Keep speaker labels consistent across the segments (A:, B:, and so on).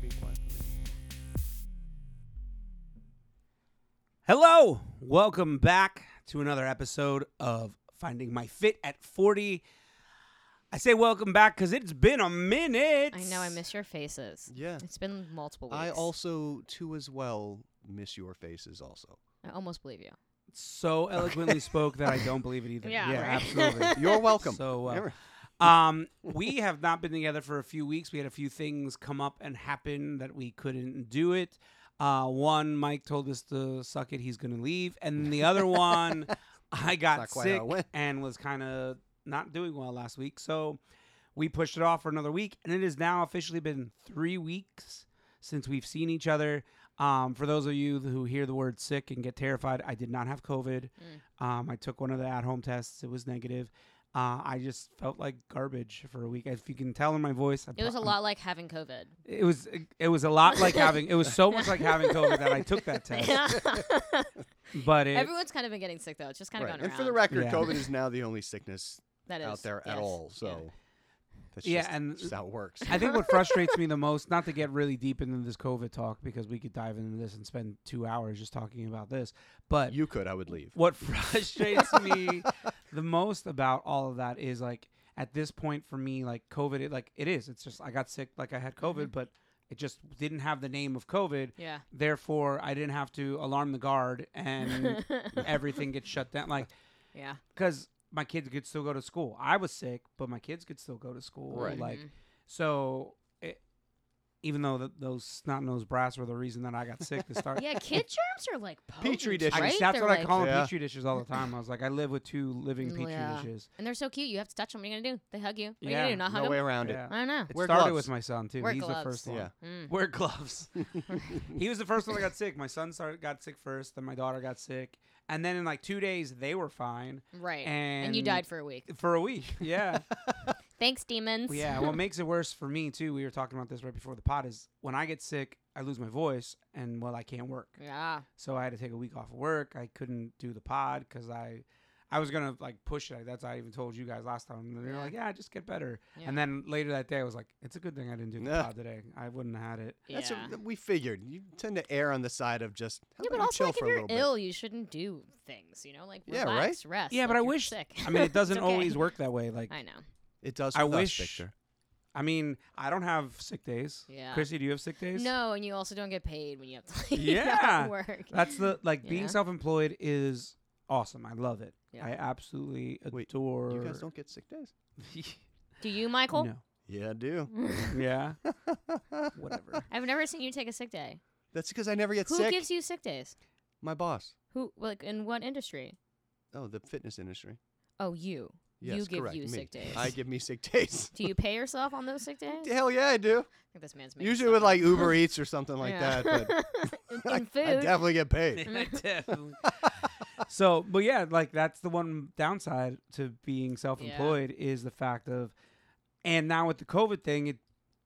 A: replay.
B: Hello, welcome back to another episode of Finding My Fit at 40. I say welcome back because it's been a minute.
C: I know I miss your faces.
A: Yeah.
C: It's been multiple weeks.
A: I also, too, as well, miss your faces also.
C: I almost believe you.
B: So eloquently spoke that I don't believe it either.
C: Yeah, right.
B: absolutely.
A: You're welcome.
B: So, uh,
A: You're-
B: um, we have not been together for a few weeks. We had a few things come up and happen that we couldn't do it. Uh, one, Mike told us to suck it. He's going to leave, and the other one, I got
A: Not quite how
B: sick
A: it went.
B: and was kind of not doing well last week. So we pushed it off for another week, and it has now officially been three weeks since we've seen each other. Um, for those of you who hear the word sick and get terrified, I did not have COVID.
C: Mm.
B: Um, I took one of the at home tests, it was negative. Uh, I just felt like garbage for a week. If you can tell in my voice, I
C: It was a
B: pro-
C: lot like having COVID.
B: It was it was a lot like having it was so much like having COVID that I took that test. But it,
C: Everyone's kind of been getting sick though. It's just kind of
A: Right.
C: going
A: And
C: around.
A: for the record,
B: Yeah.
A: COVID is now the only sickness
C: that is
A: out there at
C: yes,
A: all.
C: yeah.
A: So that's
B: Yeah,
A: just,
B: and-
A: just how it works.
B: I think what frustrates me the most, not to get really deep into this COVID talk because we could dive into this and spend two hours just talking about this, but
A: you could, I would leave.
B: what frustrates me the most about all of that is like at this point for me, like COVID, it, like it is. It's just I got sick, like I had
A: Mm-hmm.
B: COVID, but it just didn't have the name of COVID.
C: yeah.
B: Therefore, I didn't have to alarm the guard and everything gets shut down. Like
C: Yeah.
B: because my kids could still go to school. I was sick, but my kids could still go to school.
A: Right.
B: Like,
C: Mm-hmm.
B: so it, even though th those snot nosed brats were the reason that I got sick to start,
C: Yeah, kid germs are like potent,
A: Petri dishes.
B: I,
C: Right?
B: that's
C: They're
B: what I
C: like- Mm,
B: call them
A: Yeah.
B: petri dishes all the time. I was like, I live with two living petri
C: Yeah.
B: dishes.
C: And they're so cute. You have to touch them. What are you gonna do? They hug you. What
B: Yeah.
C: are you gonna do? Not hug
A: no way
C: them.
A: around
B: Yeah.
C: I don't know.
B: It
A: Wear
B: started
A: gloves.
B: with my son too.
C: Wear
B: He's the
C: gloves.
B: first one.
A: Yeah.
C: Mm.
B: Wear gloves. he was the first one that got sick. My son started got sick first, then my daughter got sick, and then in like two days they were fine
C: Right.
B: And-
C: you died for a week.
B: for a week. Yeah.
C: Thanks, demons.
B: Well, yeah, what makes it worse for me too, we were talking about this right before the pod, is when I get sick, I lose my voice and well, I can't work.
C: Yeah.
B: So I had to take a week off of work. I couldn't do the pod because I, I was gonna like push it. That's I even told you guys last time. And they're
C: Yeah.
B: like, yeah, just get better.
C: Yeah.
B: And then later that day, I was like, it's a good thing I didn't do the
A: Yeah.
B: pod today. I wouldn't have had it.
A: That's
C: yeah.
A: what we figured. You tend to err on the side of just how
C: yeah,
A: about
C: but
A: you
C: also
A: chill
C: like if
A: for a
C: you're
A: little bit.
C: ill, you shouldn't do things. You know, like
A: Yeah,
C: relax, rest.
B: Yeah, but
C: like,
B: I
C: you're
B: wish.
C: Sick.
B: I mean, it
C: It's
B: doesn't
C: okay.
B: always work that way. Like,
C: I know.
A: It does.
B: I
A: with us,
B: wish-
A: Victor.
B: I mean, I don't have sick days.
C: Yeah.
B: Chrissy, do you have sick days?
C: No, and you also don't get paid when you have to like,
B: Yeah.
C: not work.
B: That's the like being
C: Yeah.
B: self-employed is awesome. I love it.
C: Yeah.
B: I absolutely
A: Wait,
B: adore.
A: You guys don't get sick days.
C: Do you, Michael?
A: Yeah, I do.
B: Yeah. Whatever.
C: I've never seen you take a sick day.
A: That's because I never get
C: Who
A: sick.
C: gives you sick days?
A: My boss.
C: Who like in what industry?
A: Oh, the fitness industry.
C: Oh, you.
A: Yes,
C: you give
A: correct.
C: you
A: me.
C: sick days.
A: I give me sick days.
C: Do you pay yourself on those sick days? I
A: Hell yeah, I do.
C: think this man's making
A: Usually with like Uber Eats or something like that, but
C: in,
A: I,
C: in food.
A: I definitely get paid.
B: Definitely. so, but yeah, like that's the one downside to being self-employed is the fact of, and now with the COVID thing, it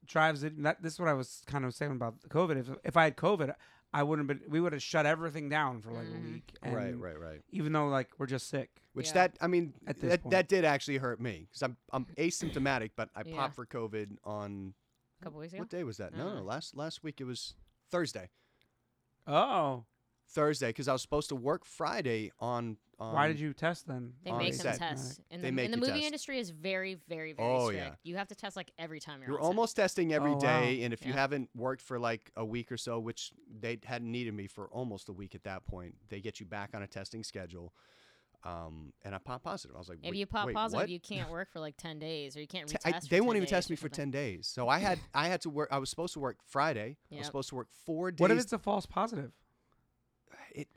B: drives it. That this is what I was kind of saying about the COVID. If if I had COVID, I wouldn't have been. We would have shut everything down for like a
C: Mhm.
B: week.
A: Right,
B: and
A: right, right.
B: Even though like we're just sick.
A: Which
C: Yeah.
A: that I mean
B: At this
A: that,
B: point.
A: that did actually hurt me because I'm I'm asymptomatic, but I
C: Yeah.
A: popped for COVID on
C: a couple weeks ago.
A: what day was that? No, no,
C: Uh.
A: last last week it was Thursday.
B: Oh,
A: Thursday because I was supposed to work Friday on. on
B: why did you test then?
C: They
A: on
C: make them
A: set.
C: test. And
A: They
C: the,
A: make
C: and the
A: you
C: movie
A: test.
C: industry is very, very, very
A: Oh,
C: strict.
A: yeah.
C: You have to test like every time you're
A: You're
C: on set.
A: almost testing every day,
B: Oh, wow.
A: and if you
C: Yeah.
A: haven't worked for like a week or so, which they hadn't needed me for almost a week at that point, they get you back on a testing schedule. Um, and I popped positive. I was like,
C: If
A: "Wait-
C: you pop
A: wait,
C: positive,
A: what?"
C: you can't work for like ten days, or you can't
A: Te-
C: retest.
A: I-
C: for
A: they
C: 10
A: won't even
C: days
A: test
C: or
A: me for
C: something.
A: ten days. So I had I had to work. I was supposed to work Friday. I
C: Yep.
A: was supposed to work four days.
B: What if it's a false positive?
A: it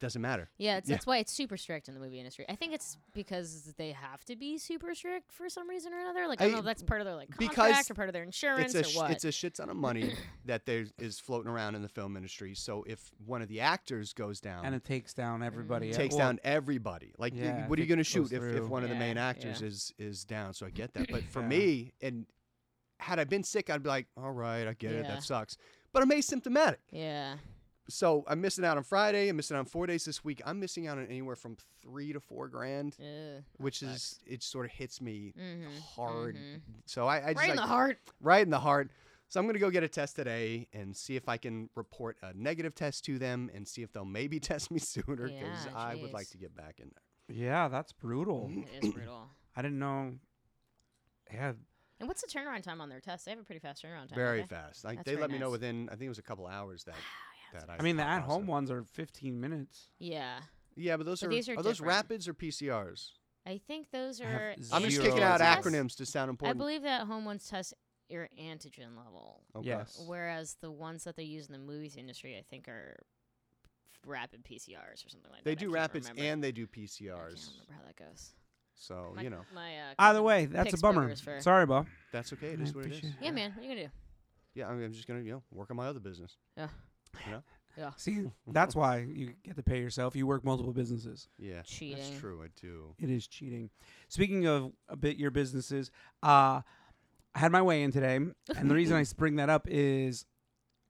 A: doesn't matter.
C: Yeah, it's,
A: Yeah.
C: that's why it's super strict in the movie industry. I think it's because they have to be super strict for some reason or another. Like I, don't
A: I-
C: know if that's part of their like
A: because
C: contract or part of their insurance
A: It's a
C: or
A: sh-
C: what.
A: it's a shit ton of money that there is floating around in the film industry. So if one of the actors goes down,
B: And it takes down everybody.
A: Um, It
B: else.
A: takes
B: Well,
A: down everybody. Like, y-
B: Yeah,
A: what
B: if
A: are you
B: it
A: going to
B: goes
A: shoot if, if
B: through.
A: one of the main
C: Yeah,
A: actors
C: yeah.
A: is is down? So I get that. But for
B: Yeah.
A: me, and had I been sick, I'd be like, all right, I get it.
C: Yeah.
A: That sucks. But I'm asymptomatic.
C: yeah,
A: So I'm missing out on Friday. I'm missing out on four days this week. I'm missing out on anywhere from three to four grand,
C: Ugh.
A: which is,
C: sucks.
A: it sort of hits me
C: Mhm,
A: hard.
C: mhm.
A: So I, I just
C: right in
A: like-
C: the heart.
A: right in the heart. So I'm going to go get a test today and see if I can report a negative test to them and see if they'll maybe test me sooner because
C: Yeah,
A: I would like
C: jeez.
A: to get back in there.
B: Yeah, that's brutal.
C: It is brutal.
B: I didn't know. Yeah,
C: And what's the turnaround time on their tests? They have a pretty fast turnaround time.
A: Very
C: don't they?
A: fast. Like
C: Oh, That's
A: they
C: very
A: let me know
C: nice.
A: within I think it was a couple hours that that I
B: I mean the
A: got
B: at home
A: positive.
B: ones are 15 minutes.
C: Yeah.
A: Yeah, but those
C: But
A: are,
C: these are
A: are those
C: different.
A: rapids or PCRs?
C: I think those
B: I have
C: are.
A: I'm just kicking
B: Zero
A: out
B: is-
C: antigen tests.
A: acronyms to sound
C: I
A: important.
C: believe that home ones test your antigen level,
A: okay.
B: Yes.
C: whereas the ones that they use in the movies industry, I think, are rapid PCRs or something like
A: They
C: that. I
A: do
C: can't
A: rapids
C: remember.
A: and they do
C: I can't
A: PCRs.
C: remember how that goes.
A: So,
C: My,
A: you know,
C: my, uh,
B: Either
C: cousin
B: way, that's a
C: picks
B: bummer.
C: burgers for-
B: Sorry, Bo.
A: that's okay. It
B: I
A: is what it is.
B: appreciate
C: yeah, man, what are you gonna do?
A: Yeah, I'm, I'm just going to, you know, work on my other business.
B: See, that's why you get to pay yourself. You work multiple businesses.
A: Yeah.
C: Cheating.
A: That's true. I do.
B: It is cheating. Speaking of a bit your businesses, uh, I had my weigh in today, and the reason I bring that up is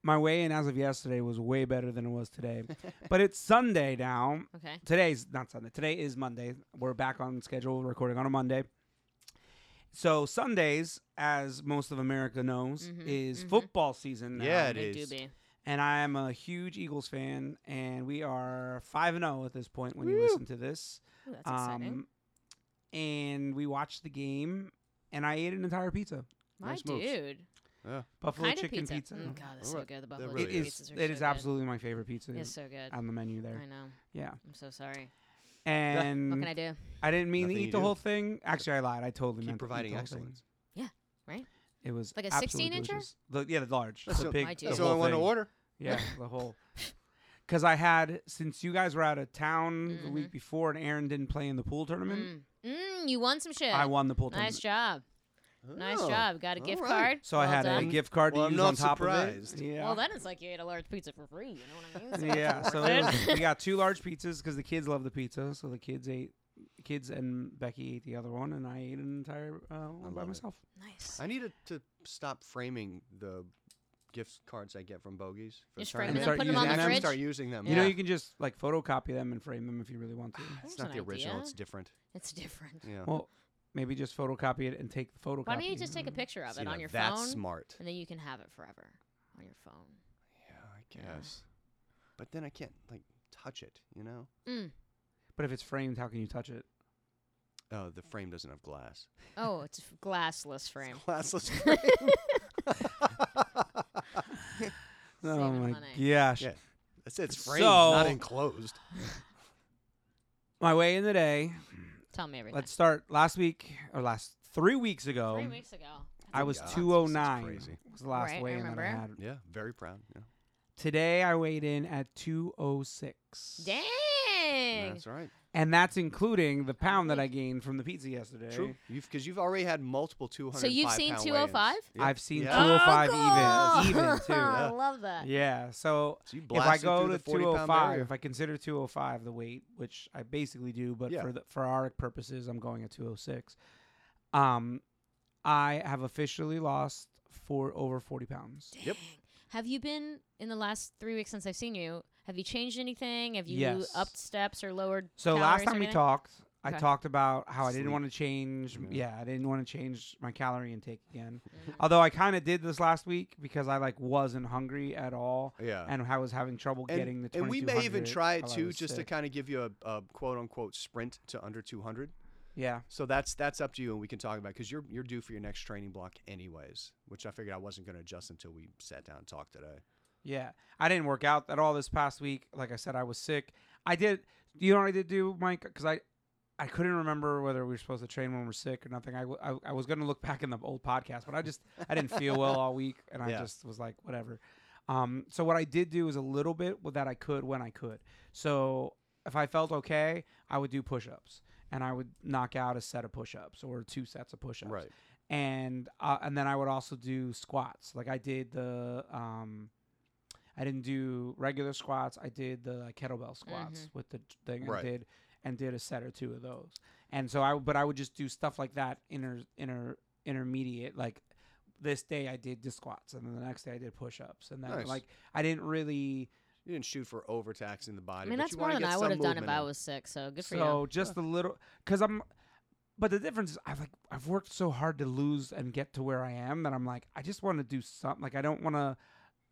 B: my weigh in as of yesterday was way better than it was today. but it's Sunday now.
C: Okay.
B: Today's not Sunday. Today is Monday. We're back on schedule. We're recording on a Monday. So Sundays, as most of America knows,
C: Mhm,
B: is
C: mhm.
B: football season. Now.
A: Yeah, it
C: They do
A: is.
C: be.
B: and I'm a huge Eagles fan, and we are five and zero at this point. When you
A: Woo.
B: listen to this,
C: Ooh,
B: Um,
C: that's exciting.
B: and we watched the game, and I ate an entire pizza,
C: My
A: nice moves.
C: dude.
B: buffalo
C: Kind of
B: chicken
C: pizza.
B: pizza.
C: Mm, God, that's so
A: Alright,
C: good. The
A: that
C: buffalo
B: it
A: really
C: chicken
A: is.
B: is.
C: pizzas are
B: It
C: so
B: is
C: good.
B: absolutely my favorite pizza
C: It's so good.
B: on the menu
C: I
B: there. Mm.
C: know.
B: Yeah,
C: I'm so sorry.
B: and
C: What can I do?
B: I didn't mean
A: Nothing
B: to eat
A: you
B: the
A: do.
B: whole thing. Actually, I lied. I totally meant
A: Keep
B: to eat
A: providing
B: the whole thing.
A: excellence.
B: It was
C: Like a
B: absolutely
C: 16 incher?
B: delicious. The, yeah, the large,
A: That's
B: the
A: a-
B: big,
C: My
B: the
C: dude.
A: That's
C: So
A: the
B: whole
A: only one to
B: thing.
A: order.
B: Yeah, the whole. Because I had since you guys were out of town the
C: Mhm.
B: week before, and Aaron didn't play in the pool tournament.
C: Mm. Mm, you won some shit.
B: I won the pool
C: Nice
B: tournament,
C: job. Nice
A: Oh.
C: job. Got a gift
A: alright.
C: card.
B: so I
C: Well
B: had
C: done.
B: a gift card
A: Well,
B: to
A: I'm
B: use
A: not
B: on top
A: surprised.
B: of it. Yeah.
C: Well, then it's like you ate a large pizza for free. You know what I mean?
B: yeah, so it
C: it
B: was, we got two large pizzas because the kids love the pizza. So the kids ate, the kids and Becky ate the other one, and I ate an entire uh, one by
A: love it.
B: myself.
C: nice.
A: I needed to stop framing the gift cards I get from bogeys. for
C: Just
A: the
C: frame
A: tournament.
B: them, And put them start on the using them.
A: Actually
B: fridge.
A: Start using them.
B: You know,
A: yeah.
B: you can just like photocopy them and frame them if you really want to.
A: it's
C: There's
A: not
C: an
A: the original.
C: idea.
A: It's different.
C: It's different.
A: Yeah.
B: well, maybe just photocopy it and take the photocopy.
C: Why don't you just take
B: Mm-hmm.
C: a picture of
A: See,
C: it
A: now
C: on your
A: that's
C: phone,
A: smart.
C: and then you can have it forever on your phone.
A: Yeah, I
C: Yeah.
A: guess. But then I can't like touch it. You know.
C: Mm.
B: But if it's framed, how can you touch it?
A: Oh, the frame doesn't have glass.
C: Oh, it's a f- glassless frame.
A: Glassless frame.
B: oh
C: Saving
B: my
C: money.
B: gosh!
A: Yeah. That's it's framed, not
B: So-
A: enclosed.
B: My way in the day.
C: Tell me everything.
B: Let's start. Last week or last three weeks ago,
C: Three weeks ago.
B: I
A: Oh,
B: was
A: God, this is
B: two oh nine.
A: crazy.
B: Was the last
C: Right, I
B: weigh in that I
C: remember.
B: had.
A: Yeah, very proud. Yeah.
B: Today I weighed in at two oh six.
C: Dang.
A: That's all right.
B: And that's including the pound that
C: Alright.
B: I gained from the pizza yesterday.
A: True. You've because you've already had multiple two hundred.
C: So you've seen 205?
B: I've seen
A: Yeah.
B: 205
C: Oh,
B: even,
C: cool.
B: even too.
C: I
A: Yeah.
C: love that.
B: Yeah. So
A: So you
B: if I
A: blasted
B: go
A: through
B: to
A: the 40 pound
B: 205,
A: barrier.
B: if I consider 205 the weight, which I basically do, but
A: Yeah.
B: for the, for our purposes, I'm going at 206. Um, I have officially lost for over 40 pounds.
A: Yep.
C: Dang. Have you been in the last three weeks since I've seen you? Have you changed anything? Have you
B: Yes.
C: upped steps or lowered?
B: So
C: calories
B: last
C: or
B: time we
C: anything?
B: talked, I
C: Okay.
B: talked about how I didn't
A: Sleep.
B: want to change.
A: Yeah.
B: Yeah, I didn't want to change my calorie intake again.
C: Mhm.
B: Although I kind of did this last week because I like wasn't hungry at all.
A: yeah.
B: and I was having trouble
A: And-
B: getting the.
A: and we may even
B: 2200
A: try it
B: while I
A: too,
B: was
A: just
B: sick.
A: to kind of give you a, a quote unquote sprint to under two hundred.
B: yeah,
A: So that's that's up to you, and we can talk about because you're you're due for your next training block anyways, which I figured I wasn't going to adjust until we sat down and talked today.
B: yeah. I didn't work out at all this past week. Like I said, I was sick. I did. You know what I did do, Mike? Because I, I couldn't remember whether we were supposed to train when we're sick or nothing. I, w- I, I was gonna look back in the old podcast, but I just I didn't feel well all week, and I
A: Yeah.
B: just was like whatever. Um, so what I did do is a little bit with that I could when I could. So if I felt okay, I would do push-ups, and I would knock out a set of push-ups or two sets of push-ups.
A: Right.
B: and uh, and then I would also do squats. Like I did the um, I didn't do regular squats. I did the kettlebell squats with the j- thing
A: Right.
B: I did, and did a set or two of those. And so I, but I would just do stuff like that inter inter intermediate. Like this day I did the squats, and then the next day I did push ups, and then
A: Nice.
B: like I didn't really.
A: You didn't shoot for overtaxing the body.
C: I mean,
A: but
C: that's
A: you
C: more
A: wanna
C: than
A: get
C: I
A: some
C: would have done if
A: movement
C: I
A: in.
C: was sick. So good for
B: so
C: you.
B: just a little because i'm But the difference is, I've like I've worked so hard to lose and get to where I am that I'm like I just want to do something. Like I don't want to,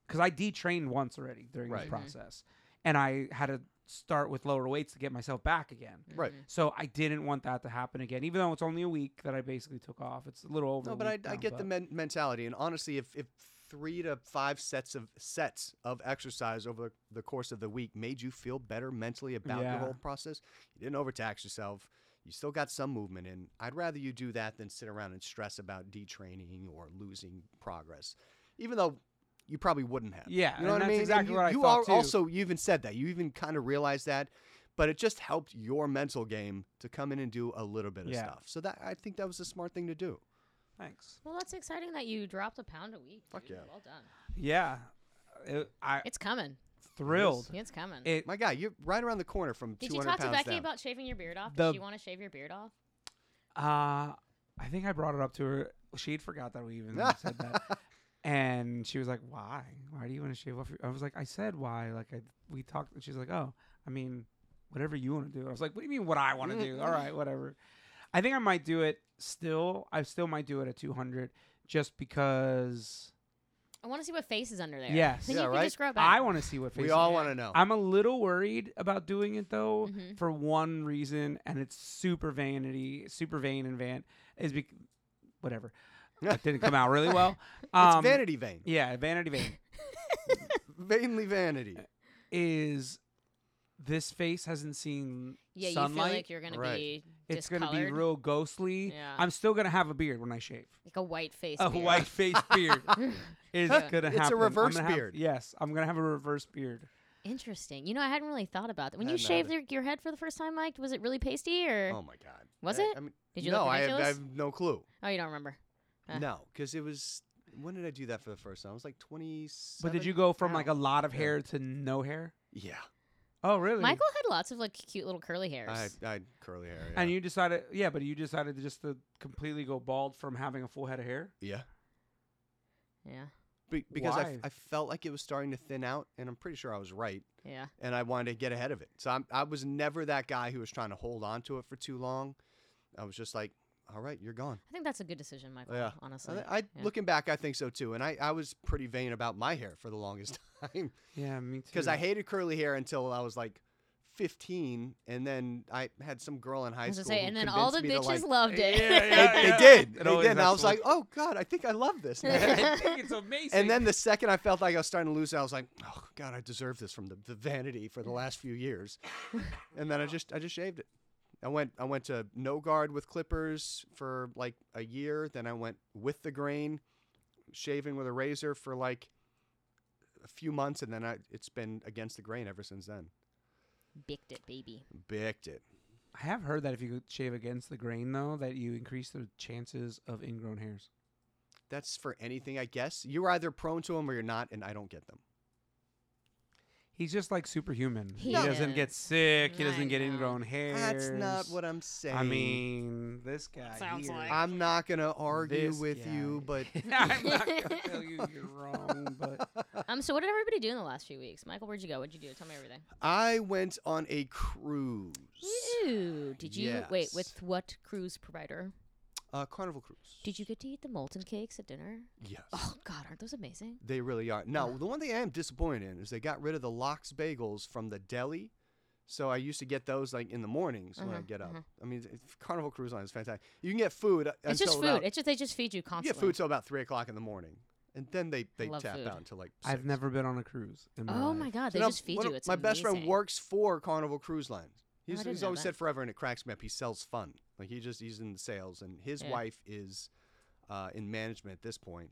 B: because I detrained once already during
A: Right.
B: this
A: Mhm.
B: process, and I had to start with lower weights to get myself back again.
A: Right.
C: Mhm.
B: So I didn't want that to happen again. Even though it's only a week that I basically took off, it's a little over.
A: No,
B: a
A: but I,
B: week
A: I
B: now,
A: get the men- mentality, and honestly, if, if three to five sets of sets of exercise over the course of the week made you feel better mentally about
B: Yeah.
A: your whole process, you didn't overtax yourself. You still got some movement in. I'd rather you do that than sit around and stress about detraining or losing progress, even though you probably wouldn't have.
B: Yeah,
A: you
B: and
A: know what I
B: that's
A: mean. And
B: exactly
A: you,
B: what I
A: you
B: thought
A: are
B: too.
A: also you even said that you even kind of realized that, but it just helped your mental game to come in and do a little bit of
B: Yeah.
A: stuff. So that I think that was a smart thing to do.
B: Thanks.
C: Well, that's exciting that you dropped a pound a week.
A: Fuck
C: dude.
A: yeah.
C: Well done.
B: Yeah, It- I
C: It's coming.
B: thrilled.
C: It's coming.
B: It
A: My guy, you're right around the corner from
C: Did
A: 200
C: you talk to
A: pounds
C: Becky
A: down.
C: about shaving your beard off?
B: The-
C: Did she want to shave your beard off?
B: Uh, I think I brought it up to her. She'd forgot that we even said that. And she was like, "Why? Why do you want to shave off?" Your? I was like, "I said why." Like I, we talked, and she's like, "Oh, I mean, whatever you want to do." I was like, "What do you mean, what I want to do?" All right, whatever. I think I might do it still. I still might do it at 200, just because
C: I want to see what face is under there.
B: Yes.
C: Then
A: Yeah,
C: you can
A: right?
C: just grow it back.
B: I want to see what
A: we
B: face.
A: all want to know.
B: I'm a little worried about doing it though
C: Mhm.
B: for one reason, and it's super vanity, super vain and van is bec whatever. It didn't come out really well.
A: it's
B: Um,
A: vanity vein.
B: Yeah, vanity vein
A: Vainly vanity.
C: Uh,
B: is this face hasn't seen
C: yeah, you
B: sunlight.
C: feel like you're gonna
A: Right.
C: be
B: it's
C: discolored,
B: gonna be real ghostly.
C: Yeah.
B: I'm still gonna have a beard when I shave.
C: like a white face.
B: A
C: beard.
B: white face beard is
A: Yeah.
B: gonna
A: It's a
B: happen. I'm
A: reverse
B: gonna have-
A: beard.
B: yes, I'm gonna have a reverse beard.
C: Interesting. You know, I hadn't really thought about that. When you
A: Hadn't
C: shaved your, your head for the first time, Mike, was it really pasty or
A: Oh my god.
C: Was
A: I-
C: it?
A: I mean,
C: did you
A: no,
C: look
A: I have, I
C: ridiculous?
A: have no clue.
C: oh, you don't remember. Uh.
A: No, because it was. When did I do that for the first time? I was like 27.
B: But did you go from
C: Wow.
B: like a lot of
A: Yeah.
B: hair to no hair?
A: Yeah,
B: Oh, really?
C: Michael had lots of like cute little curly hairs.
A: I, I had curly hair. Yeah.
B: And you decided, yeah, but you decided to just to completely go bald from having a full head of hair.
A: yeah.
C: yeah,
A: Be- because I,
B: Why?
A: f- I felt like it was starting to thin out, and I'm pretty sure I was right,
C: yeah.
A: and I wanted to get ahead of it. So I'm, I was never that guy who was trying to hold on to it for too long. I was just like, all right, you're gone.
C: I think that's a good decision, Michael.
A: Yeah. I,
C: Honestly,
A: th- I
C: yeah.
A: looking back, I think so too. And I, I was pretty vain about my hair for the longest time
B: Yeah, me too.
A: because I hated curly hair until I was like 15, and then I had some girl in high
C: I was
A: school.
C: gonna say,
A: who
C: and then all the
A: convinced me to,
C: bitches
A: like-
C: loved it.
B: Yeah,
A: They,
B: yeah,
A: they
B: yeah.
A: did.
B: It
A: They
B: always
A: did. And I
B: has
A: was
B: to
A: like, oh god, I think I love this. now."
B: I think it's amazing.
A: and then the second I felt like I was starting to lose, it, I was like, oh god, I deserve this from the, the vanity for the last few years. and then I just I just shaved it. I went I went to no guard with clippers for like a year. Then I went with the grain, shaving with a razor for like a few months, and then I it's been against the grain ever since then.
C: Bicked it, baby.
A: Bicked it.
B: I have heard that if you shave against the grain, though, that you increase the chances of ingrown hairs.
A: That's for anything, I guess. You're either prone to them or you're not, and I don't get them.
B: He's just like superhuman. He,
C: He
B: doesn't
C: is.
B: get sick. He
C: I
B: doesn't get
C: know.
B: ingrown hairs.
A: That's not what I'm saying.
B: I mean, this guy
C: Sounds
B: here-
C: like-
A: I'm not gonna argue
B: this
A: with you,
B: guy.
A: but
B: I'm not gonna tell you you're wrong, but
C: Um. So, what did everybody do in the last few weeks? Michael, where'd you go? What'd you do? Tell me everything.
A: I went on a cruise,
C: Ooh. Did you wait
A: Yes.
C: with what cruise provider?
A: a Carnival cruise.
C: Did you get to eat the molten cakes at dinner?
A: Yes,
C: Oh God, aren't those amazing?
A: they really are. Now, the one thing I am disappointed in is they got rid of the lox bagels from the deli. So I used to get those like in the mornings when I
C: Uh-huh,
A: get up.
C: uh-huh.
A: I mean, it's- Carnival Cruise Line is fantastic. You can get food. It's
C: It's just
A: About,
C: food. It's just they just feed you
A: you get
C: constantly.
A: food till about three o'clock in the morning, and then they they
C: love
A: tap
C: food.
A: out until like. i
B: I've never been on a cruise. In my
C: Oh
B: life.
C: my God, they
A: So now
C: just feed
A: one
C: you.
A: of
C: It's
A: my best friend
C: amazing. Oh,
A: works for Carnival Cruise Line. He's,
C: didn't
A: he's
C: know
A: always
C: that.
A: said forever, and it cracks me up. He sells fun. Like he just he's in sales, and his
C: Yeah.
A: wife is uh, in management at this point.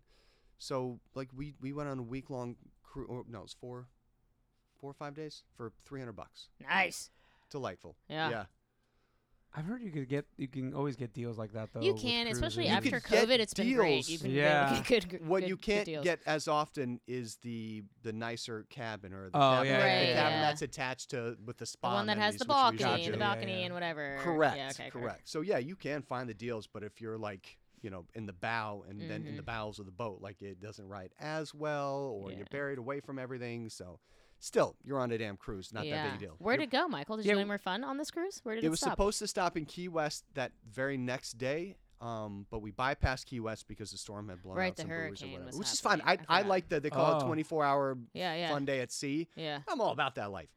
A: So like we we went on a week long cruise. Or, no, it's four, four or five days for three hundred bucks.
C: Nice.
A: Delightful.
C: Yeah.
A: Yeah.
B: I've heard you could get you can always get deals like that though.
C: you
B: with
C: can,
B: cruises.
C: especially
A: You
C: after
A: could get
C: COVID. It's been great.
A: deals.
C: You've been
B: Yeah.
C: yeah. good, good,
A: What
C: good-
A: you
C: good
A: can't
C: deals.
A: get as often is the the nicer cabin or the
B: Oh,
A: cabin,
B: yeah,
A: the
B: yeah,
A: cabin
B: yeah.
A: that's attached to with the
C: the
A: spa.
C: one that has
A: amenities,
C: the
A: which we
C: balcony,
B: Gotcha.
C: and the
A: usually do.
B: Yeah,
C: balcony,
B: yeah.
C: and whatever.
A: Correct.
C: Yeah, okay,
A: correct. So yeah, you can find the deals, but if you're like, you know, in the bow and then
C: Mm-hmm.
A: in the bowels of the boat, like it doesn't ride as well, or
C: Yeah.
A: you're buried away from everything. So still, you're on a damn cruise. Not
C: yeah.
A: that big a deal.
C: Where'd
A: You're-
C: it go, Michael? Did
B: Yeah,
C: you
B: w-
C: do any more fun on this cruise? Where did it,
A: it was
C: stop?
A: supposed to stop in Key West that very next day, um, but we bypassed Key West because the storm had blown
C: Right,
A: out
C: the
A: some buoys or
C: hurricane
A: whatever,
C: was
A: which is fine. I,
C: happening. I
A: I
C: forgot.
A: like that they call it
B: Oh.
A: 24 hour
C: yeah, yeah,
A: fun day at sea.
C: yeah.
A: I'm all about that life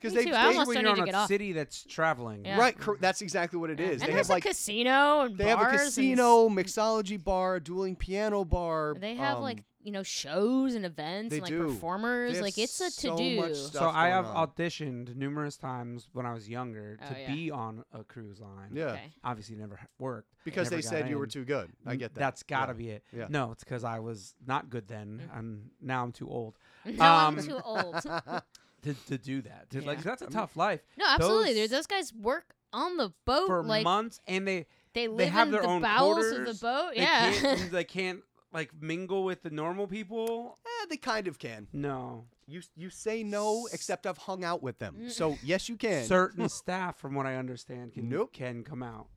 A: because
C: Me
A: they,
C: too,
A: they
C: I almost
B: when
C: don't
B: you're
C: need
B: on
C: to
B: a
C: get off.
B: city that's traveling.
C: Yeah.
A: right. Cor- that's exactly what it
C: Yeah.
A: is.
C: And
A: they
C: there's
A: have like
C: a casino and
A: they have
C: bars
A: a
C: and s-
A: casino, mixology bar, a dueling piano bar.
C: They have
A: um,
C: like you know shows and events
A: they
C: and like
A: do.
C: performers.
A: They have
C: like it's a to
A: so
C: do.
A: much stuff
B: So I
A: going
B: have
A: on.
B: auditioned numerous times when I was younger
C: Oh,
B: to
C: yeah.
B: be on a cruise line.
A: yeah,
C: Okay.
B: Obviously, never h- worked.
A: because
B: never
A: they
B: got
A: said you were
B: in.
A: too good. I get that.
B: That's got to
A: Yeah.
B: be it.
A: Yeah.
B: No, it's because I was not good then,
C: Mm.
B: and now I'm too old
C: No,
B: Um,
C: I'm too old.
B: to, to do that. To, Like
C: Yeah.
B: that's a tough life
C: No, absolutely, dude.
B: Those-
C: Those guys work on the boat.
B: for
C: like
B: months, and they
C: they live
B: have
C: in
B: their
C: the
B: own
C: bowels
B: quarters.
C: of the boat.
B: they
C: Yeah.
B: can't, they can't like mingle with the normal people.
A: Eh, they kind of can.
B: No,
A: You you say no, except I've hung out with them.
C: Mm.
A: So yes, you can.
B: certain staff, from what I understand, can
A: Nope.
B: can come out.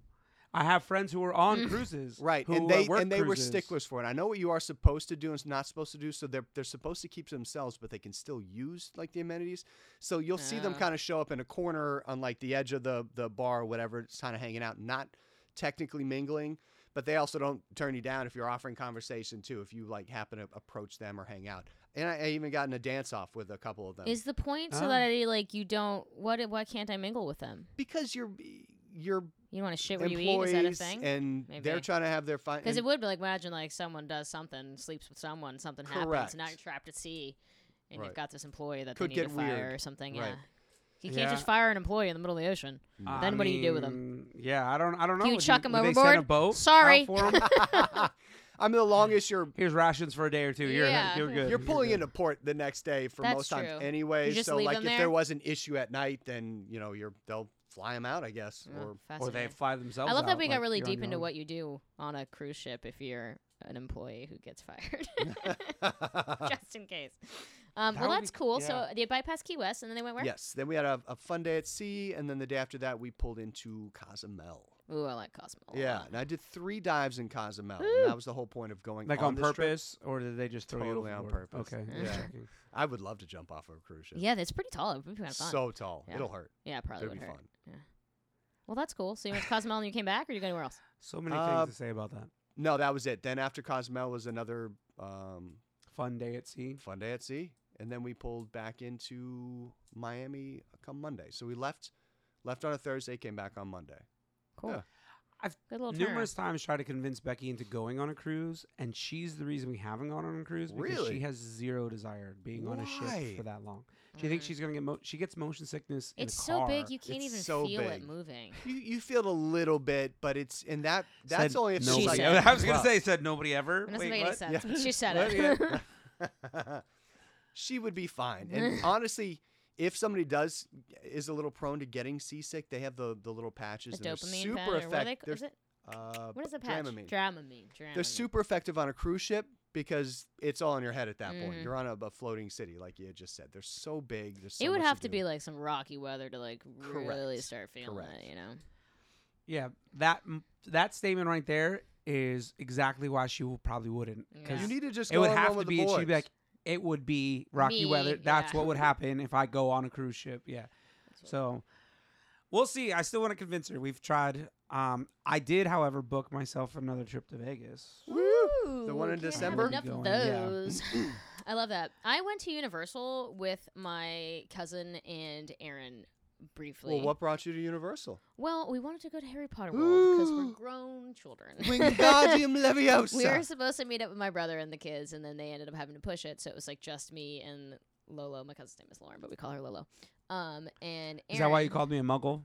B: I have friends who are
C: Mm.
B: on cruises,
A: Right,
B: who
A: and
B: uh,
A: they
B: work
A: and they were
B: cruises.
A: sticklers for it. I know what you are supposed to do and not supposed to do, so they're they're supposed to keep to themselves, but they can still use like the amenities. So you'll see them
C: Ah.
A: kind of show up in a corner on like the edge of the the bar or whatever, just kind of hanging out, not technically mingling, but they also don't turn you down if you're offering conversation too. If you like happen to approach them or hang out, and I, I even got in a dance off with a couple of them
C: Is the point
B: Ah.
C: so that I, like you don't? What? Why can't I mingle with them?
A: because you're you're
C: You don't want to shit where you eat? Is that a
A: employees
C: thing?
A: and they're
C: Maybe.
A: trying to have their fun.
C: Because it would be like imagine like someone does something, sleeps with someone, something happens,
A: Correct.
C: and now you're trapped at sea, and
A: Right.
C: you've got this employee that
A: Could
C: they need
A: get
C: to fire
A: weird.
C: or something.
A: Right.
C: Yeah, you can't
B: Yeah.
C: just fire an employee in the middle of the ocean.
B: I
C: Then what do you do with 'em?
B: mean, Yeah, I don't. I don't know.
C: you
B: Would
C: chuck 'em
B: would They send a
C: overboard?
B: boat out
C: Sorry.
B: for 'em?
A: I mean, the longest you're
B: Here's rations for a day or two. You're,
C: Yeah.
B: you're good.
A: You're pulling
B: good.
A: into port the next day for
C: That's
A: most times
C: true.
A: anyway.
C: You just
A: so
C: leave
A: like if
C: them
A: there
C: there?
A: was an issue at night, then you know you're they'll fly them out, I guess.
C: Oh,
A: Or
B: or they
C: fascinating.
B: fly themselves.
C: I love that
B: out,
C: we
B: like,
C: got really
B: you're on
C: deep
B: your
C: into
B: own.
C: what you do on a cruise ship if you're an employee who gets fired, just in case. Um,
B: That
C: well,
B: would
C: that's
B: be-
C: cool.
B: yeah.
C: So they bypassed Key West, and then they went where?
A: yes. Then we had a, a fun day at sea, and then the day after that we pulled into Cozumel.
C: Ooh, I like Cosmo. a
A: Yeah,
C: lot.
A: and I did three dives in Cozumel. and
C: Woo.
A: that was the whole point of going
B: Like
A: on,
B: on
A: this trip.
B: purpose, or did they just throw
A: Totally
B: you
A: on
B: overboard?
A: purpose.
B: Okay.
C: Yeah.
B: just
A: Yeah.
B: checking.
A: I would love to jump off of a cruise ship.
C: Yeah, that's pretty tall. It would be kind of fun.
A: so tall,
C: Yeah.
A: it'll hurt.
C: yeah, it probably
A: It'll
C: would
A: be
C: hurt.
A: fun.
C: Well, that's cool. So you went to Cozumel and you came back, or you go anywhere else?
B: So many
A: Uh,
B: things to say about that.
A: No, that was it. Then after Cozumel was another um,
B: Fun day at sea.
A: fun day at sea and then we pulled back into miami come monday so we left left on a thursday came back on monday
C: Cool.
A: Yeah.
B: I've
C: Good little turnaround.
B: Numerous times tried to convince Becky into going on a cruise, and she's the reason we haven't gone on a cruise because
A: Really?
B: she has zero desire being on a ship
A: Why?
B: for that long. She thinks
C: Mm.
B: she's gonna get mo- she gets motion sickness. in a
C: It's so big
B: car.
C: you can't
A: It's
C: even
A: so
C: feel
A: big.
C: it moving.
A: you, you feel a little bit but it's and that that's
B: Said
A: only if
B: nobody.
A: it's like
C: She said.
B: I was gonna
A: Well,
B: say said nobody ever.
C: It doesn't
B: Wait,
C: make
B: what?
C: any sense.
A: Yeah.
C: but She said
B: What?
C: it.
B: Yeah.
A: she would be fine and honestly if somebody does is a little prone to getting seasick they have the the little patches
C: the
A: and they're
C: dopamine
A: super
C: pen, or what, are they,
A: effective
C: c- is it,
A: uh,
C: what is the patch?
A: Dramamine.
C: Dramamine. Dramamine.
A: they're super effective on a cruise ship because it's all in your head at that point.
C: Mhm.
A: You're on a, a floating city, like you had just said. They're so big. There's so
C: it would
A: much
C: have to
A: do.
C: be like some rocky weather to like really
A: Correct.
C: start feeling
A: Correct.
C: it, you know.
B: Yeah, that m- that statement right there is exactly why she w- probably wouldn't.
C: Yeah.
A: You need to just
B: it
A: go
B: would
A: on
B: have
A: one
B: to
A: with
B: be.
A: the boys.
B: She'd be like, it would be rocky weather.
C: Me,
B: That's
C: yeah.
B: what would happen if I go on a cruise ship. Yeah.
C: That's what-
B: So we'll see. I still want to convince her. We've tried. Um, I did, however, book myself another trip to Vegas.
C: Woo!
A: The one
C: we
A: in
C: can't have
A: December?
C: Enough
B: Going, yeah.
C: of those. I love that. I went to Universal with my cousin and Aaron briefly.
A: well, what brought you to Universal?
C: Well, we wanted to go to Harry Potter World because we're
A: Ooh.
C: grown children.
A: Wingardium
C: we were
A: Leviosa.
C: supposed to meet up with my brother and the kids, and then they ended up having to push it. So it was like just me and Lolo. My cousin's name is Lauren, but we call her Lolo. Um, and Aaron,
B: Is that why you called me a muggle?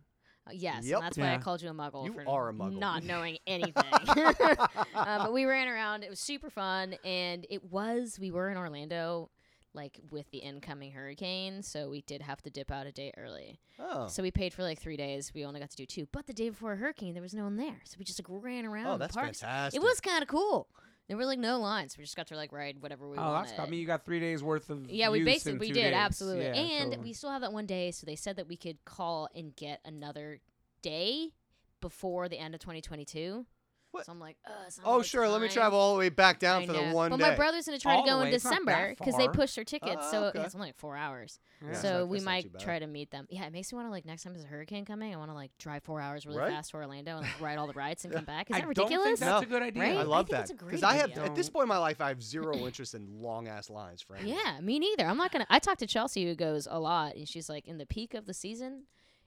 C: Uh, Yes,
A: Yep.
C: and that's why I
B: Yeah.
C: called you a muggle.
A: You
C: for
A: are a muggle.
C: Not knowing anything. uh, but we ran around. It was super fun, and it was. We were in Orlando, like with the incoming hurricane, so we did have to dip out a day early.
A: oh.
C: So we paid for like three days. We only got to do two. But the day before a hurricane, there was no one there. So we just like ran around.
A: oh,
C: in
A: that's
C: parks.
A: fantastic.
C: It was kind of cool. There were like no lines. We just got to like ride whatever we
B: oh,
C: wanted.
B: that's. I mean, you got three days worth of.
C: yeah, we
B: use
C: basically
B: in
C: we
B: two
C: did
B: days.
C: absolutely,
B: Yeah,
C: and
B: totally.
C: we still have that one day. So they said that we could call and get another day before the end of 2022.
B: What?
C: So I'm like, Ugh, it's not
A: Oh,
C: really
A: sure. Let me
C: time."
A: travel all the way back down
C: I
A: for the
C: know.
A: one
C: But
A: day.
C: my brother's gonna try
B: All
C: to go
B: the
C: in
B: way, it's not that
C: December because they
B: far.
C: push their tickets,
A: Oh,
C: so
A: okay.
C: it's only like four hours.
B: Yeah.
A: it's
C: so
A: not-
C: we
A: that's not too
C: might
A: bad.
C: try to meet them. Yeah, it makes me want to like next time there's a hurricane coming, I want to like drive four hours really
A: Right?
C: fast to Orlando and like, ride all the rides and come back. Is
B: I
C: that
B: don't think
C: ridiculous?
B: that's a
A: No.
B: good idea.
C: Right?
A: I
C: I
A: love
C: think
A: that
C: it's a great
A: I have
C: idea.
A: at this
B: Don't-
A: point in my life I have zero interest in long ass lines, frankly.
C: Yeah, me neither. I'm not gonna. I talk to Chelsea who goes a lot, and she's like, in the peak of the season,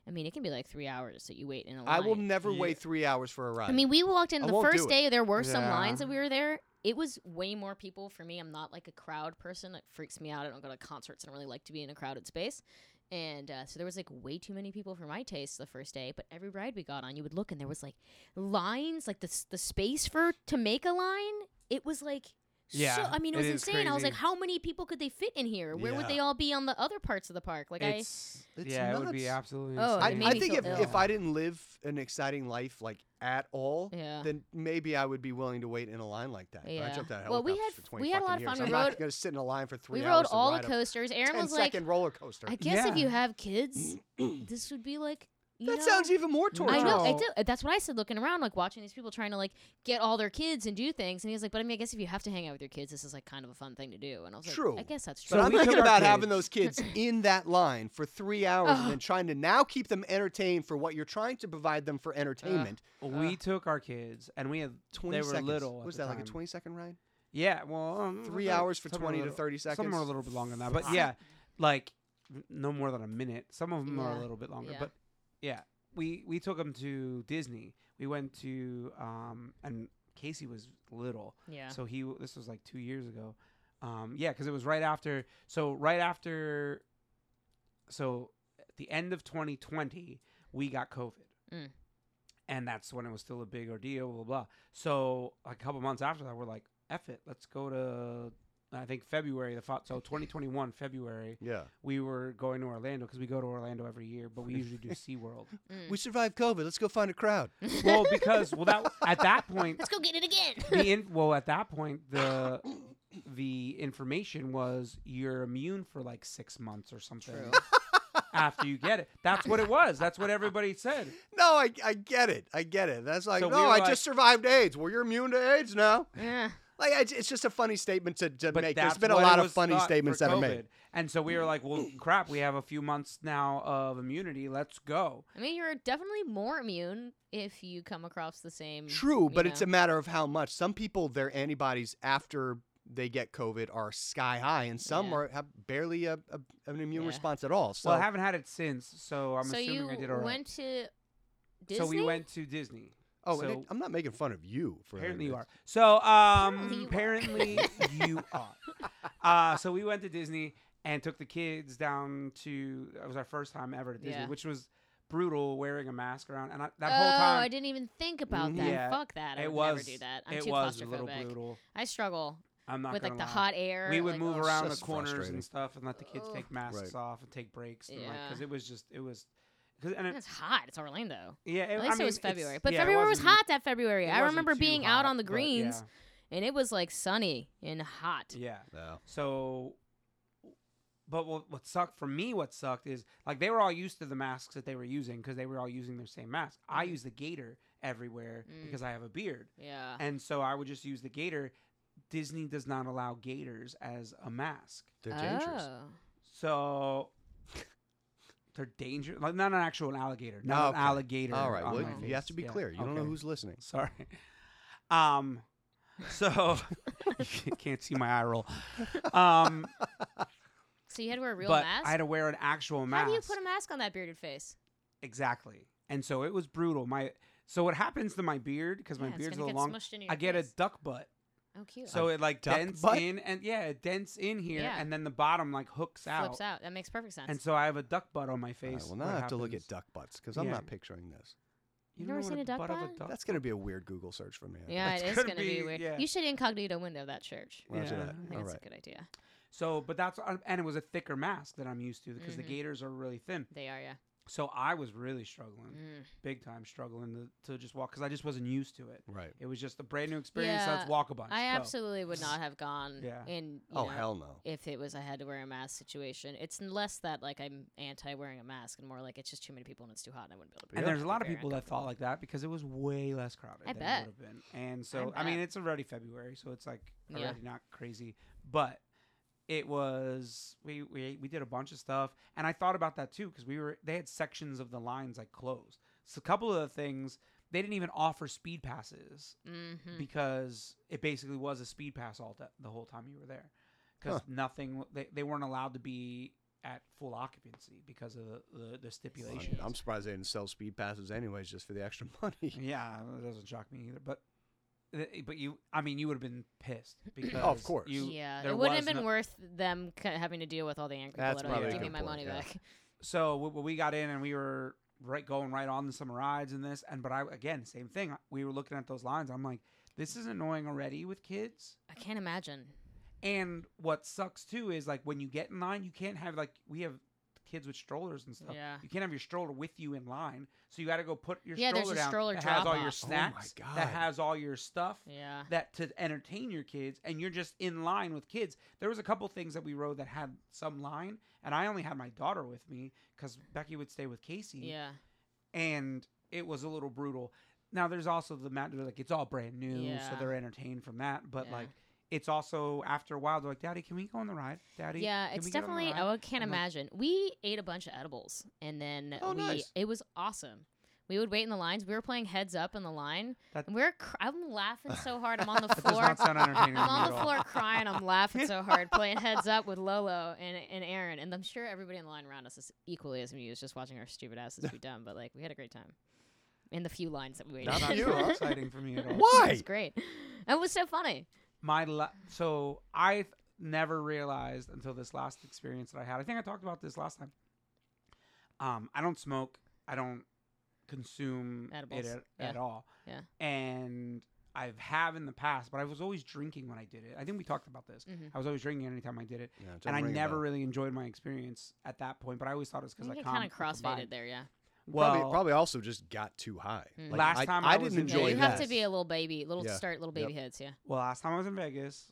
C: I mean, it can be like three hours that you wait in a line.
A: I will never
B: Yeah.
A: wait three hours for a ride.
C: I mean, we walked in
A: I
C: the
A: won't do
C: first
A: it.
C: day. There were some
B: Yeah.
C: lines that we were there. It was way more people for me. I'm not like a crowd person. It freaks me out. I don't go to concerts. I don't really like to be in a crowded space. And uh, so there was like way too many people for my taste the first day. But every ride we got on, you would look and there was like lines, like the s- the space for to make a line. It was like. so,
B: Yeah,
C: I mean, it
B: it
C: was
B: is
C: insane. I was
B: crazy.
C: like, how many people could they fit in here? Where would
A: Yeah.
C: they all be on the other parts of the park? Like, I
B: It's,
A: It's
B: yeah, it would be
A: nuts.
B: absolutely.
C: Oh, it
A: I,
B: insane.
C: made
A: I
C: me
A: think if,
C: feel
A: if
C: ill.
A: I didn't live an exciting life like at all,
C: Yeah.
A: then maybe I would be willing to wait in a line like that. But I
C: Yeah.
A: jumped out of
C: Well, we
A: helicopters
C: had-
A: for 20
C: we had a
A: fucking
C: lot of
A: years.
C: fun. We
A: I'm not
C: rode-
A: going to sit in a line for three
C: we
A: hours
C: rode
A: to
C: all the
A: ride a
C: coasters. Aaron
A: 10
C: was like,
A: second roller coaster.
C: I guess
B: Yeah.
C: if you have kids, this would be like. You
A: that
C: know,
A: sounds even more torture.
C: I know. I
B: No.
C: do. That's what I said. Looking around, like watching these people trying to like get all their kids and do things, and he was like, "But I mean, I guess if you have to hang out with your kids, this is like kind of a fun thing to do." And I was like,
A: True.
C: I guess that's
A: But
B: So
C: true."
A: I'm
B: we took
A: thinking
B: our
A: about having
B: kids-
A: those kids in that line for three hours and
C: Oh.
A: then trying to now keep them entertained for what you're trying to provide them
B: Uh,
A: for entertainment.
B: we took our kids and we had
A: 20
B: they were
A: seconds.
B: little. at
A: was
B: the
A: that like a
B: time.
A: 20 second ride?
B: Yeah, well, um,
A: Three
B: about-
A: hours for
B: some were a
A: 20 to
B: little-
A: 30
B: Some
A: seconds?
B: are a little bit longer than that, but
A: Fuck.
B: yeah, like n- no more than a minute. Some of them are a
C: Yeah.
B: little bit longer,
C: Yeah.
B: but yeah, we we took them to Disney. We went to um and Casey was little,
C: yeah.
B: so he w- this was like two years ago. Um, yeah, because it was right after. So right after, so at the end of 2020, we got COVID.
C: Mm.
B: And that's when it was still a big ordeal, blah, blah, blah. So a couple months after that, we're like, F it, let's go to, I think February, the fo- so 2021, February,
A: Yeah.
B: we were going to Orlando because we go to Orlando every year, but we usually do SeaWorld.
C: Mm.
A: We survived COVID. Let's go find a crowd.
B: well, because, well, that at that point,
C: Let's go get it again.
B: the in, well at that point the the information was you're immune for like six months or something
C: True.
B: after you get it. That's what it was. That's what everybody said.
A: No, I, I get it. I get it. That's like,
B: So we
A: no,
B: were
A: I
B: like-
A: just survived AIDS. Well, you're immune to AIDS now.
C: yeah.
A: Like, it's, it's just a funny statement to, to
B: But
A: make. There's
B: that's
A: been a
B: what it
A: lot of
B: was
A: funny
B: thought for
A: statements that are made.
B: COVID. And so we were like, well, crap, we have a few months now of immunity. Let's go.
C: I mean, you're definitely more immune if you come across the same.
B: Mm,
A: True,
C: you
A: but it's
C: know.
A: a matter of how much. Some people, their antibodies after they get COVID are sky high, and some
C: Yeah.
A: are have barely a, a, an immune
C: Yeah.
A: response at all. So
B: well, I haven't had it since, so I'm
C: so
B: assuming
C: you
B: I did all right.
C: went to Disney.
B: So we went to Disney.
A: oh, and
B: so-
A: it- I'm not making fun of you for
B: Apparently you
A: having
B: are.
A: this.
B: So um,
C: Apparently
B: apparently you are. Uh, so we went to Disney and took the kids down to. It was our first time ever to Disney,
C: Yeah.
B: which was brutal. Wearing a mask around and I, that
C: oh,
B: whole time
C: I didn't even think about that.
B: Yeah,
C: Fuck that. I
B: it
C: would
B: was
C: never do that. I'm
B: it
C: too
B: was a little
C: claustrophobic.
B: brutal.
C: I struggle
B: I'm not
C: with like
B: gonna
C: the
B: lie.
C: hot air.
B: We would
C: like,
B: move
C: oh,
B: around the
A: Just
B: corners
A: frustrating.
B: and stuff and let the kids take masks
A: Right.
B: off and take breaks and like because
C: Yeah.
B: it was just it was. 'cause- and
C: And
B: it,
C: it's hot. It's Orlando.
B: yeah, it,
C: At
B: I
C: least
B: mean,
C: it was
B: it's-
C: February, but
B: yeah, it
C: February was
B: wasn't-
C: hot that February.
B: it
C: I
B: wasn't
C: remember
B: too
C: being out
B: hot,
C: on the
B: but
C: greens, and it was like sunny and hot.
B: Yeah. yeah.
A: Yeah.
B: So, but what, what sucked for me, what sucked is like they were all used to the masks that they were using because they were all using their same mask. I
C: Mhm.
B: use the gator everywhere
C: Mm. Ah.
B: because I have a beard.
C: Yeah.
B: And so I would just use the gator. Disney does not allow gators as a mask.
A: They're dangerous.
C: Oh.
B: So they're dangerous. Like, not an actual alligator. Not
A: Ah, Okay.
B: an alligator.
A: All right,
B: on
A: well,
B: my
A: you have
B: face.
A: to be
B: Yeah.
A: clear. You don't know
B: Okay.
A: who's listening.
B: Sorry. Um, so you can't see my eye roll. Um,
C: So you had to wear a real
B: but
C: mask.
B: I had to wear an actual mask.
C: How do you put a mask on that bearded face?
B: exactly? And so it was brutal. My so what happens to my beard because my
C: Yeah, it's
B: beard's a
C: gonna
B: little
C: get
B: long.
C: smushed into your
B: I get a
C: face.
B: duck butt,
C: oh cute.
B: so it like
A: duck
B: dents
A: butt?
B: in and yeah, it dents in here,
C: Yeah.
B: and then the bottom like hooks out.
C: flips out. That makes perfect sense.
B: And so I have a duck butt on my
A: All right,
B: face.
A: well, now I
B: What
A: have to look at
B: happens-
A: duck butts because I'm
B: Yeah. Oh,
A: not picturing this.
B: You don't
C: You've never
B: know what
C: seen
B: a
C: a duck
B: butt of
C: butt?
B: duck
A: That's going to be a weird Google search for me. I
C: yeah,
B: That's
C: it is
B: gonna
C: gonna be,
B: be-
C: weird.
B: yeah.
C: You should incognito window that church.
A: think. Roger
B: Yeah.
A: that.
B: I
C: I think
A: All
C: that's
A: right.
C: a good idea.
B: uh, So, but that's and it was a thicker mask that I'm used to because
C: Mhm.
B: the gators are really thin.
C: They are, yeah.
B: So I was really struggling,
C: Mm.
B: big time struggling to, to just walk because I just wasn't used to it.
A: Right.
B: It was just a brand new experience. so
C: Yeah,
B: let's walk a bunch.
C: I
B: go.
C: absolutely would not have gone.
B: Yeah.
C: In you
A: Oh
C: know,
A: hell no.
C: If it was I had to wear a mask situation, it's n- less that like I'm anti wearing a mask and more like it's just too many people and it's too hot and I wouldn't be able to.
B: And
C: breathe.
B: there's a lot of
C: Very
B: people that thought like that because it was way less crowded
C: I
B: than
C: bet.
B: it would have been. And so I,
C: bet.
B: mean it's already February, so it's like
C: Yeah.
B: already not crazy. But it was we, we we did a bunch of stuff and I thought about that too because we were they had sections of the lines like closed. So a couple of the things they didn't even offer speed passes
C: Mhm.
B: because it basically was a speed pass all the, the whole time you were there because
A: Huh.
B: nothing they, they weren't allowed to be at full occupancy because of the, the, the stipulation.
A: I'm surprised they didn't sell speed passes anyways, just for the extra money.
B: Yeah, it doesn't shock me either. But th- but you, I mean, you would have been pissed because
A: course.
B: you-
C: yeah,
B: there
C: it wouldn't
B: was
C: have been
B: no-
C: worth them ca- having to deal with all the angry
A: That's
C: people. that are
B: probably a
C: like, Give me
A: good
C: my money
A: point, yeah.
C: back.
B: So w- w- we got in and we were right going right on to some rides and this and but I again same thing. We were looking at those lines. I'm like, this is annoying already with kids.
C: I can't imagine.
B: And what sucks too is like when you get in line, you can't have like we have kids with strollers and stuff.
C: Yeah.
B: You can't have your stroller with you in line, so you got to go put your
C: Yeah, there's
B: stroller down
C: a stroller
B: that has all your
C: drop-off.
A: Oh my
B: snacks, that
A: God.
B: has all your stuff.
C: Yeah.
B: that to entertain your kids and you're just in line with kids there was a couple things that we rode that had some line and i only had my daughter with me because becky would stay with casey
C: Yeah.
B: and it was a little brutal now there's also the matter like it's all brand new so
C: Yeah.
B: they're entertained from that but
C: Yeah.
B: like it's also after a while they're like daddy can we go on the ride daddy
C: Yeah,
B: can
C: it's
B: we get on the
C: definitely.
B: ride?"
C: Oh, I can't
B: I'm like-
C: imagine. we ate a bunch of edibles, and then
A: Oh,
C: we.
A: nice.
C: It was awesome. We would wait in the lines. We were playing heads up in the line.
B: That-
C: and we we're. Cr- I'm laughing so hard. I'm on the
B: that does
C: floor.
B: not sound entertaining
C: I'm
B: to me
C: on
B: at
C: the
B: all.
C: floor crying. I'm laughing so hard playing heads up with Lolo and and Aaron, and I'm sure everybody in the line around us is equally as amused just watching our stupid asses be dumb. But like, we had a great time. In the few lines that we waited.
B: That
A: Not
B: does
A: you,
B: not
A: huh?
B: exciting for me at all
C: It
A: Why?
C: was great. It was so funny.
B: my la- so I th- never realized until this last experience that I had. I think I talked about this last time. Um, I don't smoke. I don't consume
C: Edibles.
B: it at,
C: Yeah.
B: at all.
C: Yeah.
B: And I've have in the past, but I was always drinking when I did it. I think we talked about this.
C: Mhm.
B: I was always drinking anytime I did it,
A: Yeah, it doesn't
B: and I
A: ring a
B: never
A: bell.
B: really enjoyed my experience at that point. But I always thought it was
C: I
B: because I,
C: think it
B: com-
C: kind of
B: I combined-
C: crossfaded there. Yeah.
B: Well,
A: probably, probably also just got too high.
C: Mm.
B: Last
A: I,
B: time
A: I,
B: I was in
A: didn't
C: Yeah,
A: enjoy
C: you
A: that.
C: have to be a little baby, little
A: Yeah.
C: start, little baby heads. Yeah.
B: Well, last time I was in Vegas,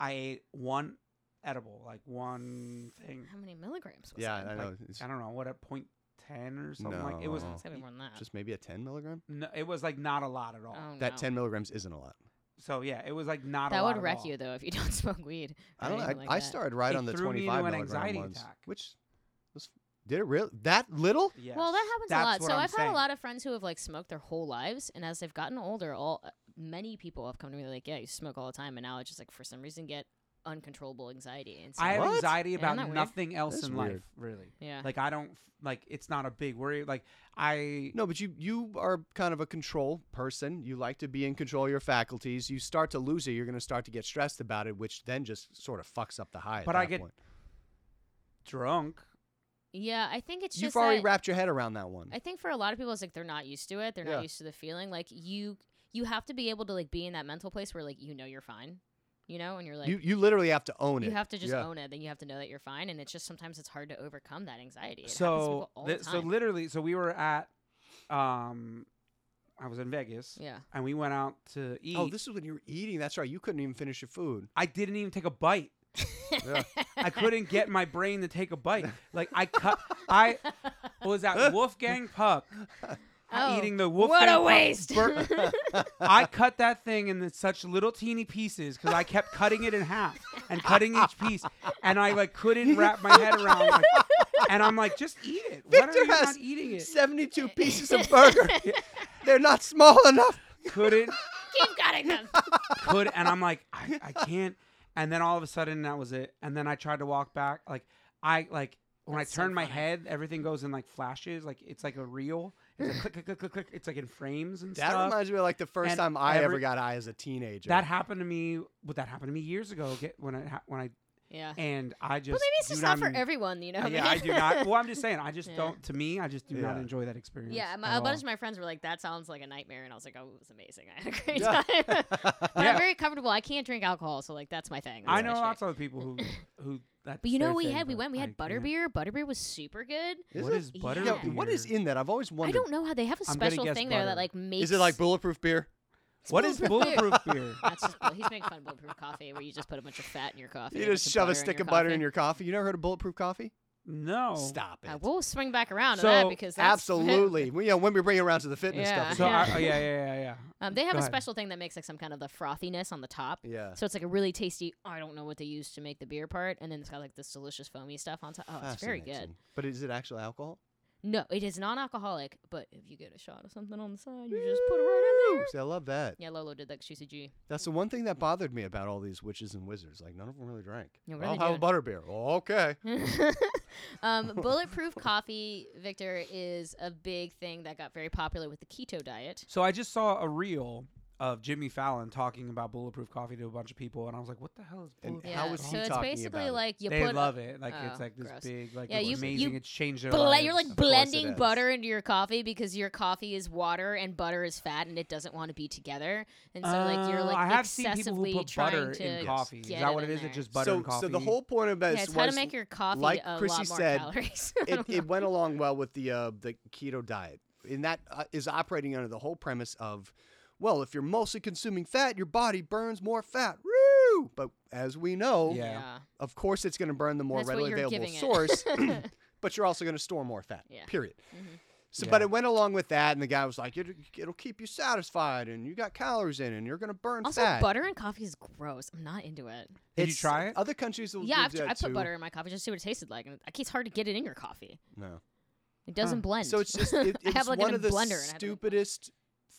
B: I ate one edible, like one thing.
C: How many milligrams? Was
A: yeah,
C: it?
A: I know. It's
B: I don't know what at point ten or something like it was.
A: No.
C: It's gotta be more than that.
A: just maybe a 10 milligram.
B: No, it was like not a lot at all.
C: oh,
A: That
C: no.
A: 10 milligrams isn't a lot.
B: So yeah, it was like not.
C: That
B: a lot
C: would
B: at
C: wreck
B: all.
C: you though if you don't smoke weed. or
A: I don't know. I,
C: anything like
A: I
C: that.
A: started right
B: It
A: on the
B: threw me into
A: 25
B: an
A: milligram
B: anxiety
A: ones,
B: attack.
A: which was did it really that little?
B: Yes.
C: Well, that happens
B: That's
C: a lot.
B: what
C: So
B: I'm
C: have had
B: saying.
C: a lot of friends who have like smoked their whole lives, and as they've gotten older, all uh, many people have come to me like, "Yeah, you smoke all the time," and now it's just like for some reason get uncontrollable anxiety. And so,
B: I have
A: What?
B: anxiety
C: Isn't
B: about
C: that weird?
B: nothing else
A: That's
B: in life,
A: weird.
B: really.
C: yeah,
B: Like I don't f- like it's not a big worry. Like I
A: No, but you you are kind of a control person. You like to be in control of your faculties. You start to lose it, you're going to start to get stressed about it, which then just sort of fucks up the high. at
B: But I
A: that
B: get-
A: point.
B: drunk.
C: yeah. I think it's
A: you've
C: just
A: already
C: that-
A: wrapped your head around that one.
C: I think for a lot of people, it's like they're not used to it. They're
A: Yeah.
C: not used to the feeling. Like you, you have to be able to like be in that mental place where like you know you're fine, you know, and you're like
A: you you literally have to own
C: you
A: it.
C: have to just
A: Yeah.
C: own it. Then you have to know that you're fine, and it's just sometimes it's hard to overcome that anxiety. It happens to
B: So
C: people all
B: th-
C: the
B: so
C: time.
B: literally, so we were at, um, I was in Vegas
C: yeah,
B: and we went out to eat.
A: Oh, this is when you were eating. That's right. You couldn't even finish your food.
B: I didn't even take a bite.
A: Yeah.
B: I couldn't get my brain to take a bite. Like I cut. I was at Wolfgang Puck
C: Oh,
B: eating the Wolfgang.
C: what a
B: Puck
C: waste.
B: bur- I cut that thing into such little teeny pieces because I kept cutting it in half and cutting each piece, and I like couldn't wrap my head around. like- and I'm like, just eat it. What are
A: Victor
B: you not
A: has
B: eating it?
A: 72 pieces of burger. They're not small enough.
B: Couldn't.
C: Keep cutting them.
B: could and I'm like, I, I can't. And then all of a sudden that was it. And then I tried to walk back. Like I like when
C: That's
B: I
C: so
B: turn my
C: funny.
B: head, everything goes in like flashes. Like it's like a reel. It's like click click click click click. It's like in frames and
A: That
B: stuff.
A: reminds me of like the first
B: And
A: time I ever
B: every-
A: got high as a teenager.
B: that happened to me. But that happened to me years ago. Get when I ha- when I
C: Yeah.
B: and I just
C: but maybe it's
B: do
C: just not, for
B: en-
C: everyone, you know.
B: yeah,
C: man?
B: I do not. Well, I'm just saying, I just
C: Yeah.
B: don't. To me, I just do not
A: Yeah.
B: enjoy that experience.
C: yeah, my, uh,
B: at
C: a bunch
B: all.
C: of my friends were like, "That sounds like a nightmare," and I was like, "Oh, it was amazing. I had a great
A: Yeah.
C: time." but I'm
B: Yeah.
C: very comfortable. I can't drink alcohol, so like that's my thing.
B: I
C: That's
B: know
C: my shtick.
B: lots of other people who who that.
C: But you know, we had we went. We had butterbeer. Butterbeer was super good.
A: Is
B: What
A: it?
B: is butterbeer?
A: Yeah, what is in that? I've always
C: I
A: wondered.
C: don't know how they have a
B: I'm gonna
C: special
B: guess
C: thing there
B: butter.
C: that like makes.
A: Is it like bulletproof beer?
C: it's
B: What is bulletproof beer?
C: That's just, bull- he's making fun of bulletproof coffee, where you just put a bunch of fat in your coffee.
A: You
C: and
A: just
C: some
A: shove a
C: butter in
A: stick
C: your
A: of butter
C: coffee.
A: in your coffee. You never heard of bulletproof coffee?
B: No.
A: Stop it.
C: Uh, we'll swing back around to that
B: So,
C: because that's
A: Absolutely. we, you know, when we bring it around to the fitness
C: Yeah.
A: stuff.
B: So
A: again.
B: I, oh, yeah, yeah, yeah, yeah.
C: um, they have
B: Go
C: a
B: ahead.
C: special thing that makes like some kind of the frothiness on the top.
A: yeah.
C: So it's like a really tasty. I don't know what they use to make the beer part, and then it's got like this delicious foamy stuff on top. Oh, it's very good.
A: Fascinating. But is it actual alcohol?
C: No, it is non-alcoholic, but if you get a shot of something on the side, you just put it right in there.
A: Ooh, See, I love that.
C: Yeah, Lolo did that. 'cause She said, "G."
A: That's the one thing that bothered me about all these witches and wizards. Like none of them really drank.
C: Yeah, what are
A: I'll
C: they
A: have a butter beer. Oh, okay.
C: um, bulletproof coffee, Victor, is a big thing that got very popular with the keto diet.
B: So I just saw a reel of Jimmy Fallon talking about bulletproof coffee to a bunch of people, and I was like, "What the hell is
A: And
B: bulletproof?"
C: Yeah,
A: how is he
C: so it's
A: talking
C: basically
A: about it?
C: like you
B: they
C: put
B: love it. Like it's
C: oh,
B: like this
C: gross.
B: big, like
C: Yeah,
B: it's
C: you-
B: amazing.
C: you
B: it's changed their
C: Ble-
B: lives.
C: you're like
A: course it
C: blending
A: is.
C: butter into your coffee because your coffee is water and butter is fat and it doesn't want to be together. And so like you're
B: Oh,
C: like
B: I have seen people
C: excessively
B: who put
C: trying
B: butter
C: to
B: in coffee. Is
C: get
B: that what
C: in
B: it is?
C: there.
B: It's just butter
A: so,
B: and coffee.
A: so the whole point about
C: yeah,
A: this
C: it's how to
A: was
C: make your coffee
A: like
C: a
A: Chrissy
C: lot more
A: said,
C: calories.
A: it, it went along well with the uh, the keto diet, and that uh, is operating under the whole premise of, well, if you're mostly consuming fat, your body burns more fat. Woo! But as we know,
B: Yeah.
A: of course, it's going to burn the more
C: That's what
A: readily
C: you're
A: available
C: giving it.
A: source, but you're also going to store more fat.
C: Yeah.
A: Period.
C: Mhm.
A: So, but
B: Yeah.
A: it went along with that, and the guy was like, "It'll, it'll keep you satisfied, and you got calories in, and you're going to burn
C: Also,
A: fat."
C: butter and coffee is gross. I'm not into it.
B: Did you try it?
A: Other countries will
C: Yeah,
A: do
C: I've tr-
A: that
C: I put
A: too.
C: butter in my coffee just to see what it tasted like, and it- it's hard to get it in your coffee.
A: No.
C: It doesn't blend.
A: So it's just it,
C: I
A: it's
C: have like
A: one
C: an
A: of the
C: blender. and I have to, like,
A: stupidest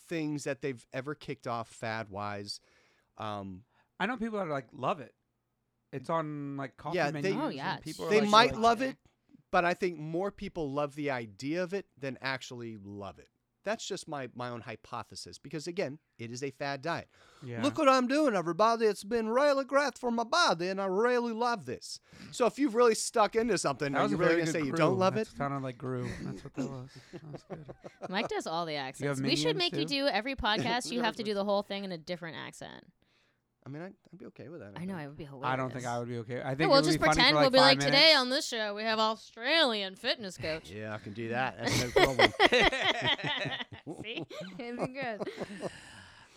A: things that they've ever kicked off fad wise. Um,
B: I know people that like love it. It's on like coffee
A: Yeah, they-
B: menus.
C: Oh,
B: and
C: yeah, it's
B: people are,
A: they
B: like,
A: might
B: like-
A: love
C: it.
A: it, but I think more people love the idea of it than actually love it. That's just my my own hypothesis because again, it is a fad diet.
B: Yeah.
A: Look what I'm doing, everybody. It's been really great for my body, and I really love this. So if you've really stuck into something,
B: That
A: are
B: was
A: you
B: a
A: really
B: very
A: gonna
B: good
A: say you
B: groove.
A: don't love
B: That's
A: it?
B: Kind of like groove. That's what that was. That was good.
C: Mike does all the accents. We should
B: minions
C: make you do every podcast. you have to do the whole thing in a different accent.
A: I mean, I'd, I'd be okay with that.
C: I know it would be hilarious.
B: I don't think I would be okay. I
C: Yeah,
B: think
C: we'll
B: it would
C: just
B: be funny
C: pretend
B: for,
C: we'll be like
B: five
C: today
B: minutes.
C: on this show we have Australian fitness coach.
A: Yeah, I can do that. That's no problem.
C: See, Anything good.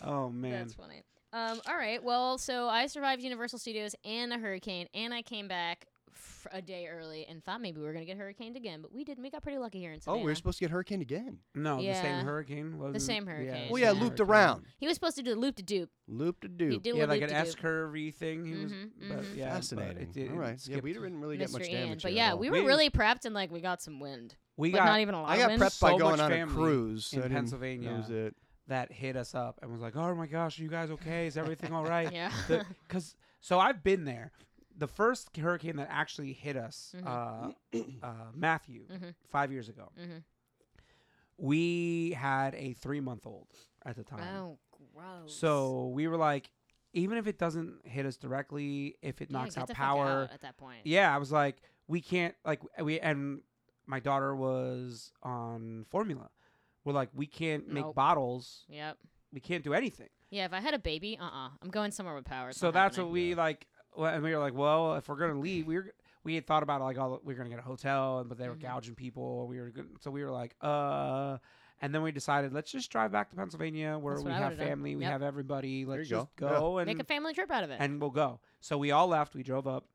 B: Oh man.
C: That's funny. Um, all right. Well, so I survived Universal Studios and a hurricane, and I came back f- a day early and thought maybe we were gonna get hurricaned again, but we didn't. We got pretty lucky here in
A: oh,
C: Savannah.
A: we were supposed to get hurricane again.
B: No, the
C: Yeah.
B: same hurricane was
C: same hurricane.
A: Well,
C: It's
A: yeah,
C: an
A: looped around,
C: he was supposed to do the loop to doop.
A: loop to
C: He
A: do.
C: did a
B: Yeah,
C: little
B: like an S
C: loop-de-doop.
B: curve thing. He was,
C: Mhm,
B: but
C: mhm.
B: yeah, but
A: Fascinating.
B: It, did-
A: all
B: it
A: right. Yeah,
B: skipped.
A: we didn't really get much
C: Mr.
A: damage.
C: Ian. But
A: here at
C: yeah,
A: all.
C: we were
B: We-
C: really prepped and like we got some wind,
B: we
C: but
B: got
C: not e even a lot
A: I
C: of
A: got
C: wind.
A: prepped by
B: so
A: going
B: much
A: on a
B: family
A: cruise
B: in
A: I didn't-
B: Pennsylvania.
A: That was it.
B: that hit us up and was like, "Oh my gosh, are you guys okay? Is everything all right?"
C: yeah.
B: Because so I've been there. The first hurricane that actually hit us,
C: Mm-hmm.
B: uh, uh, Matthew,
C: Mhm.
B: five years ago,
C: mm-hmm.
B: we had a three month old at the time.
C: Oh, gross.
B: So we were like, even if it doesn't hit us directly, if it
C: Yeah,
B: knocks
C: get
B: out
C: the fuck
B: power,
C: out at that point.
B: yeah, I was like, we can't like we and my daughter was on formula. We're like, we can't make
C: Nope.
B: bottles.
C: Yep.
B: We can't do anything.
C: Yeah. If I had a baby, uh, uh-uh. uh, i am going somewhere with power. It's
B: so
C: not
B: that's
C: happening.
B: what we like. well, And we were like, well, if we're gonna leave, we were we had thought about like all we were gonna get a hotel, and but they were
C: Mhm.
B: gouging people. We were good, so we were like, uh. And then we decided, let's just drive back to Pennsylvania where
C: That's
B: we
C: what I
B: have
C: would've done.
B: family, we
C: Yep.
B: have everybody. Let's
A: you
B: just
A: go.
B: go,
A: Yeah.
B: and
C: make a family trip out of it.
B: and we'll go. So we all left. We drove up,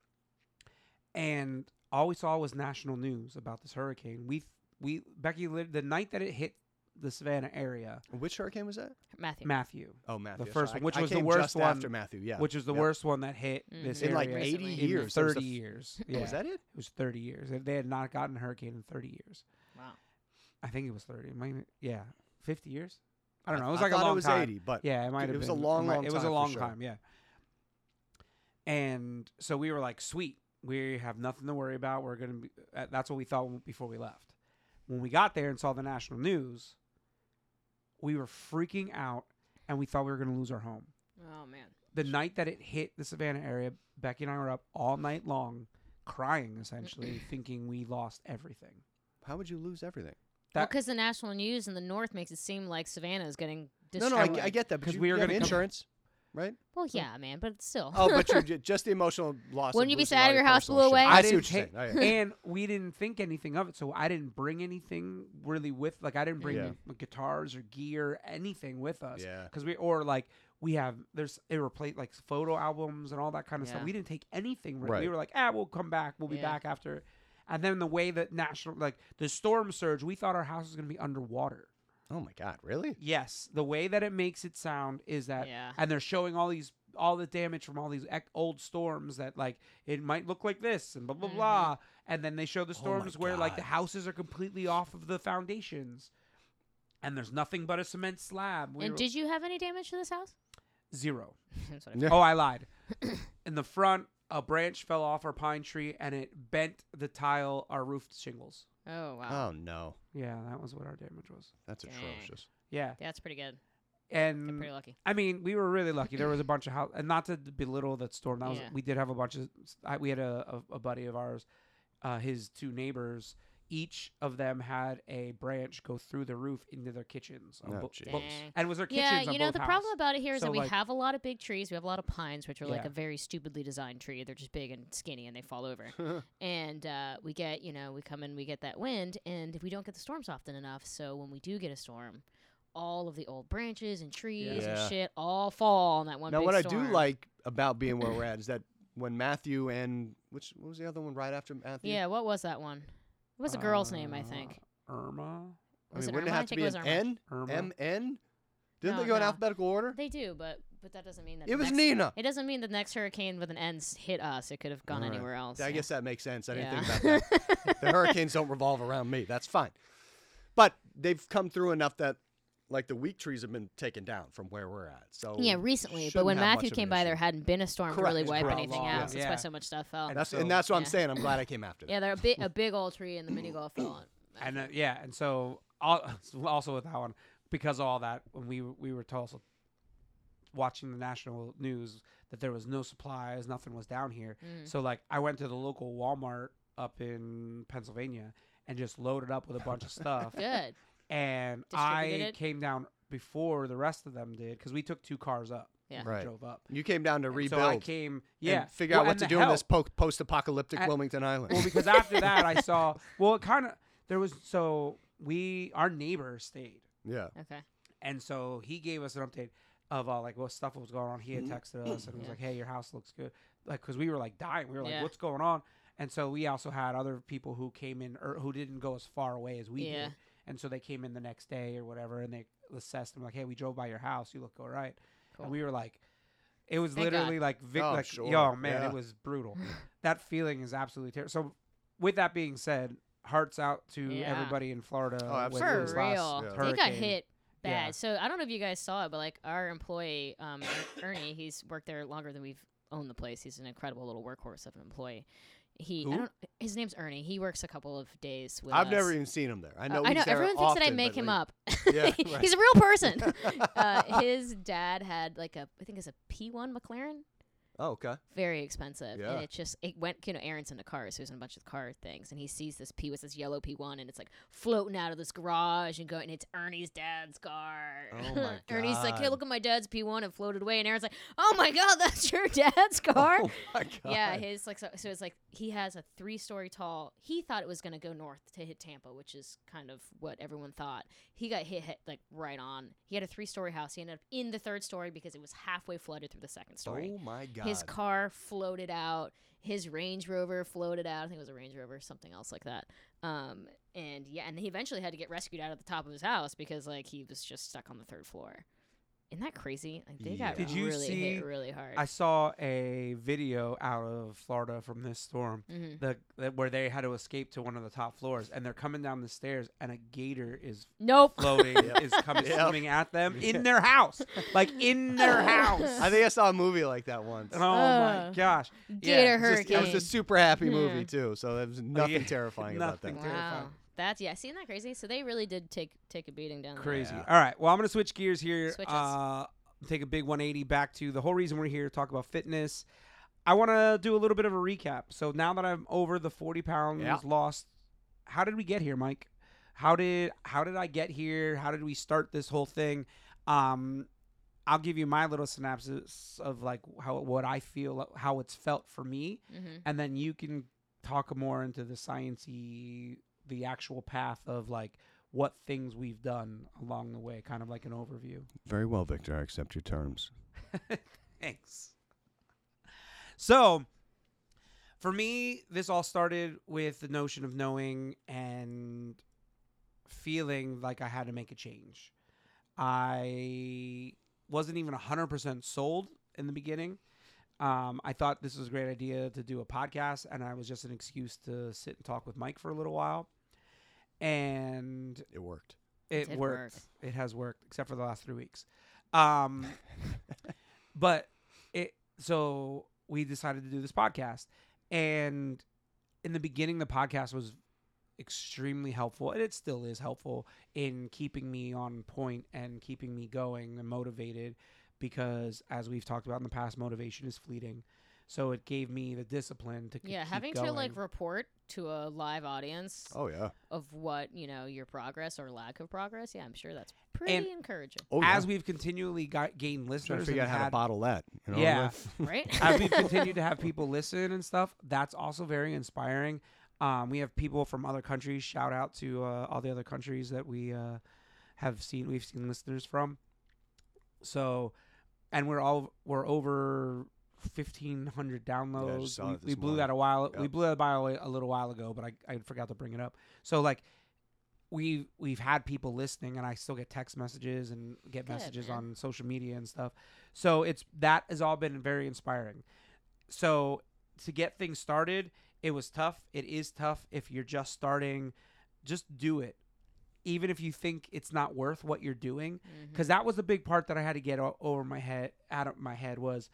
B: and all we saw was national news about this hurricane. We we Becky lived the night that it hit the Savannah area.
A: Which hurricane was that?
C: Matthew.
B: Matthew,
A: Oh, Matthew.
B: first
A: sorry.
B: one, which
A: I
B: was the
A: came
B: worst
A: just
B: one,
A: after Matthew. Yeah,
B: which is the
A: Yep.
B: worst one that hit this
C: Mhm.
A: in like
B: area
A: 80
C: Recently.
B: in
A: years. That was the
B: Thirty
A: f-
B: years. Yeah,
A: Oh, Was that it?
B: it was thirty years. They had not gotten a hurricane in thirty years.
C: Wow.
B: I think it was thirty. It might even- yeah, fifty years. I don't know. It was
A: I
B: like a
A: thought
B: long
A: it was
B: time.
A: 80, but
B: Yeah, it might
A: It
B: have
A: was a
B: been.
A: long,
B: might-
A: long
B: It was a
A: time for
B: long
A: sure.
B: time, yeah. And so we were like, sweet, we have nothing to worry about. We're gonna be. uh, That's what we thought when- before we left. When we got there and saw the national news, we were freaking out, and we thought we were gonna lose our home.
C: Oh man.
B: the night that it hit the Savannah area, Becky and I were up all night long crying, essentially, thinking we lost everything.
A: How would you lose everything?
B: That-
C: because the national news in the north makes it seem like Savannah is getting
A: No,
C: destroyed.
A: no, I, I get that.
B: 'Cause
A: Because
B: we
A: we
B: are
A: are going
B: gonna
A: to
B: come-
A: insurance, right?
C: Well, yeah, man, but still.
A: Oh, but you ju- just the emotional loss. of
C: Wouldn't you be
A: losing
C: sad
A: all
C: if your house blew
A: personal shit.
C: away?
A: I,
B: I
A: see what you're
B: didn't
A: saying. Oh, yeah.
B: and we didn't think anything of it, so I didn't bring anything really with. Like I didn't bring
A: Yeah.
B: gu- guitars or gear, anything with us,
A: Yeah.
B: because we or like we have there's it replaced like photo albums and all that kind of stuff.
C: Yeah.
B: We didn't take anything. Right. We
A: Right.
B: were like, ah, we'll come back. We'll be
C: Yeah.
B: back after. And then the way that national like the storm surge, we thought our house was going to be underwater.
A: Oh my God, really?
B: Yes, the way that it makes it sound is that
C: yeah.
B: and they're showing all these all the damage from all these ec- old storms that like it might look like this and blah blah
C: Mhm.
B: blah and then they show the
A: Oh my
B: storms where like the
A: God.
B: houses are completely off of the foundations and there's nothing but a cement slab We
C: and
B: were-
C: did you have any damage to this house?
B: zero
C: That's what I
A: Yeah.
B: oh i lied in the front a branch fell off our pine tree and it bent the tile our roof shingles
C: figured. Oh, wow.
A: Oh no,
B: yeah that was what our damage was
A: that's
C: Dang.
A: atrocious.
B: yeah
C: That's pretty good. They're
A: Mm,
B: and
C: pretty lucky.
B: I mean, we were really lucky. There was a bunch of house, and not to belittle that storm. That was
C: Yeah.
B: we did have a bunch of. I, we had a, a, a buddy of ours, uh, his two neighbors. Each of them had a branch go through the roof into their kitchens, on
A: Oh,
B: bo-
A: jeez.
B: bo-
C: Dang.
B: and was their kitchens.
C: Yeah,
B: on
C: you know,
B: both
C: the
B: house.
C: problem about it here is
B: So,
C: that we
B: like-
C: have a lot of big trees. We have a lot of pines, which are like
B: Yeah.
C: a very stupidly designed tree. They're just big and skinny and they fall over. and uh, we get, you know, we come in, we get that wind, and if we don't get the storms often enough, so when we do get a storm, all of the old branches and trees
A: Yeah.
C: and shit all fall on that one.
A: now,
C: big
A: what I
C: storm.
A: do like about being where we're at is that when Matthew and which what was the other one right after Matthew?
C: Yeah, what was that one? It was a girl's name, I think.
B: Uh, Irma.
A: I
C: was it
A: mean, wouldn't
C: Irma?
A: it
C: I
A: have to
C: think it
A: be
C: was
A: an
C: Irma.
A: N?
B: Irma.
A: M N? Didn't
C: No,
A: they go in
C: no.
A: alphabetical order?
C: They do, but but that doesn't mean that
A: It
C: the
A: was
C: next-
A: Nina.
C: Uh, It doesn't mean the next hurricane with an N s- hit us. It could have gone
A: All right.
C: anywhere else.
A: I
C: yeah.
A: guess that makes sense. I didn't
C: Yeah.
A: think about that. the hurricanes don't revolve around me. That's fine. But they've come through enough that like the weak trees have been taken down from where we're at. So
C: Yeah, recently, but
A: shouldn't
C: when
A: have much
C: Matthew
A: of an
C: came by, there
A: issue.
C: hadn't been a storm to
A: Correct.
C: really
A: It's
C: wipe
B: been a
C: anything
B: long-
C: out. That's
B: yeah.
C: why so much stuff fell.
B: And
A: that's
B: so-
A: and that's what I'm
C: Yeah.
A: saying. I'm glad I came after that.
C: Yeah, they're a big a big old tree in the mini golf fell. on.
B: and uh, yeah, and so al- also with that one, because of all that, when we were- we were told so watching the national news that there was no supplies, nothing was down here.
C: Mm.
B: So like, I went to the local Walmart up in Pennsylvania and just loaded up with a bunch of stuff,
C: Good.
B: and
C: Distributed
B: I
C: it?
B: came down before the rest of them did because we took two cars up,
C: Yeah.
B: We
A: Right.
B: drove up.
A: You came down to
B: And
A: rebuild.
B: so I came, yeah,
A: And figure
B: Well,
A: out what
B: and
A: to
B: the
A: do in this
B: help.
A: po- post-apocalyptic
B: And-
A: Wilmington Island.
B: Well, because after that, I saw. Well, it kind of there was so we our neighbor stayed.
A: yeah.
C: Okay.
B: And so he gave us an update of uh, like what stuff was going on. He had texted us and was
C: Mm-hmm. Yeah.
B: like, "Hey, your house looks good," like because we were like dying. We were like,
C: Yeah.
B: "What's going on?" And so we also had other people who came in or who didn't go as far away as we
C: Yeah.
B: did. And so they came in the next day or whatever, and they assessed them like, "Hey, we drove by your house. You look all right."
C: Cool.
B: And we were like, "It was
C: Thank
B: literally like, Vic,
A: Oh,
B: like,
A: sure.
B: yo, man,
A: Yeah.
B: it was brutal. that feeling is absolutely terrible." So, with that being said, hearts out to
C: Yeah.
B: everybody in Florida
A: Oh,
B: with
A: absolutely.
C: For
B: this last
C: real,
A: yeah.
C: they got
B: hurricane.
C: hit bad.
B: Yeah.
C: So I don't know if you guys saw it, but like our employee, um, Er- Ernie, he's worked there longer than we've owned the place. He's an incredible little workhorse of an employee. He,
B: Who?
C: I don't, his name's Ernie. He works a couple of days with.
A: I've
C: us.
A: never even seen him there. I know.
C: Uh, I know
A: he's there
C: everyone thinks that I
A: often,
C: make
A: but,
C: him
A: like,
C: up.
A: Yeah, right.
C: He's a real person. uh, his dad had like a, I think it's a P1 McLaren.
A: Oh, okay.
C: Very expensive,
A: Yeah.
C: and it just it went. You know, Aaron's into cars, so he's in a bunch of car things, and he sees this P with this yellow P1, and it's like floating out of this garage and going. And it's Ernie's dad's car.
A: Oh my
C: Ernie's like, hey,
A: God.
C: look at my dad's P1, and floated away, and Aaron's like, oh my god, that's your dad's car.
A: Oh my God.
C: Yeah, his like so, so it's like he has a three story tall. He thought it was gonna go north to hit Tampa, which is kind of what everyone thought. He got hit, hit like right on. He had a three story house. He ended up in the third story because it was halfway flooded through the second story.
A: Oh my God.
C: His car floated out. His Range Rover floated out. I think it was a Range Rover, something else like that. Um, and yeah, and he eventually had to get rescued out of the top of his house because like he was just stuck on the third floor. Isn't that crazy? Like they got
A: Yeah.
B: Did you
C: really
B: see-
C: hit really hard.
B: I saw a video out of Florida from this storm
C: hmm
A: Mm-hmm.
B: the, that where they had to escape to one of the top floors, and they're coming down the stairs, and a gator is
C: Nope.
B: floating,
A: Yep.
B: is coming
A: Yep.
B: swimming at them in their house, like in their house.
A: I think Uh. I saw a movie like that once.
B: Oh my
C: Ugh.
B: gosh!
C: Gator
B: it's
A: It's just- It
C: hurricane.
A: was a super happy
C: Yeah.
A: movie too, so there was nothing
B: yeah.
A: terrifying
B: Nothing.
A: about that.
B: terrifying.
C: Wow. That's yeah. See, isn't that crazy? So they really did take take a beating down there.
B: Crazy.
A: Yeah.
B: All right. Well, I'm gonna switch gears here.
C: Switches.
B: Uh, take a big 180 back to the whole reason we're here, talk about fitness. I want to do a little bit of a recap. So now that I'm over the 40 pounds
A: Yeah.
B: lost, how did we get here, Mike? How did how did I get here? How did we start this whole thing? Um, I'll give you my little synopsis of like how what I feel, how it's felt for me,
C: Mm-hmm.
B: and then you can talk more into the sciencey, the actual path of like what things we've done along the way, kind of like an overview.
A: Very well, Victor. I accept your terms.
B: Thanks. So, for me, this all started with the notion of knowing and feeling like I had to make a change. I wasn't even 100% sold in the beginning. Um, I thought this was a great idea to do a podcast, and I was just an excuse to sit and talk with Mike for a little while. And
A: It worked.
B: it
C: did
B: worked. It has worked, except for the last three weeks. Um, but it so we decided to do this podcast, and in the beginning, the podcast was extremely helpful, and it still is helpful in keeping me on point and keeping me going and motivated. Because as we've talked about in the past, motivation is fleeting. So it gave me the discipline to c-
C: Yeah,
B: keep
C: having to like
B: going.
C: report to a live audience
A: Oh yeah.
C: of what you know your progress or lack of progress. Yeah, I'm sure that's pretty
B: And-
C: encouraging,
A: Oh yeah.
B: as we've continually got, gained
A: trying to
B: listeners,
A: figure out
B: and
A: how to
B: had
A: bottle that. You know?
B: Yeah.
C: right?
B: as we've continued to have people listen and stuff, that's also very inspiring. Um, we have people from other countries. Shout out to uh, all the other countries that we uh, have seen. We've seen listeners from. So, and we're all we're over fifteen hundred downloads.
A: saw
B: we,
A: it
B: we
A: this
B: blew that a while. We
A: Yep.
B: blew that by a, a little while ago, but I, I forgot to bring it up. So like. We've we've had people listening, and I still get text messages and get
C: Good,
B: messages
C: man.
B: on social media and stuff. So it's that has all been very inspiring. So to get things started, it was tough. It is tough if you're just starting. Just do it, even if you think it's not worth what you're doing,
C: Mhm.
B: because that was the big part that I had to get o- over my head. Out of my head was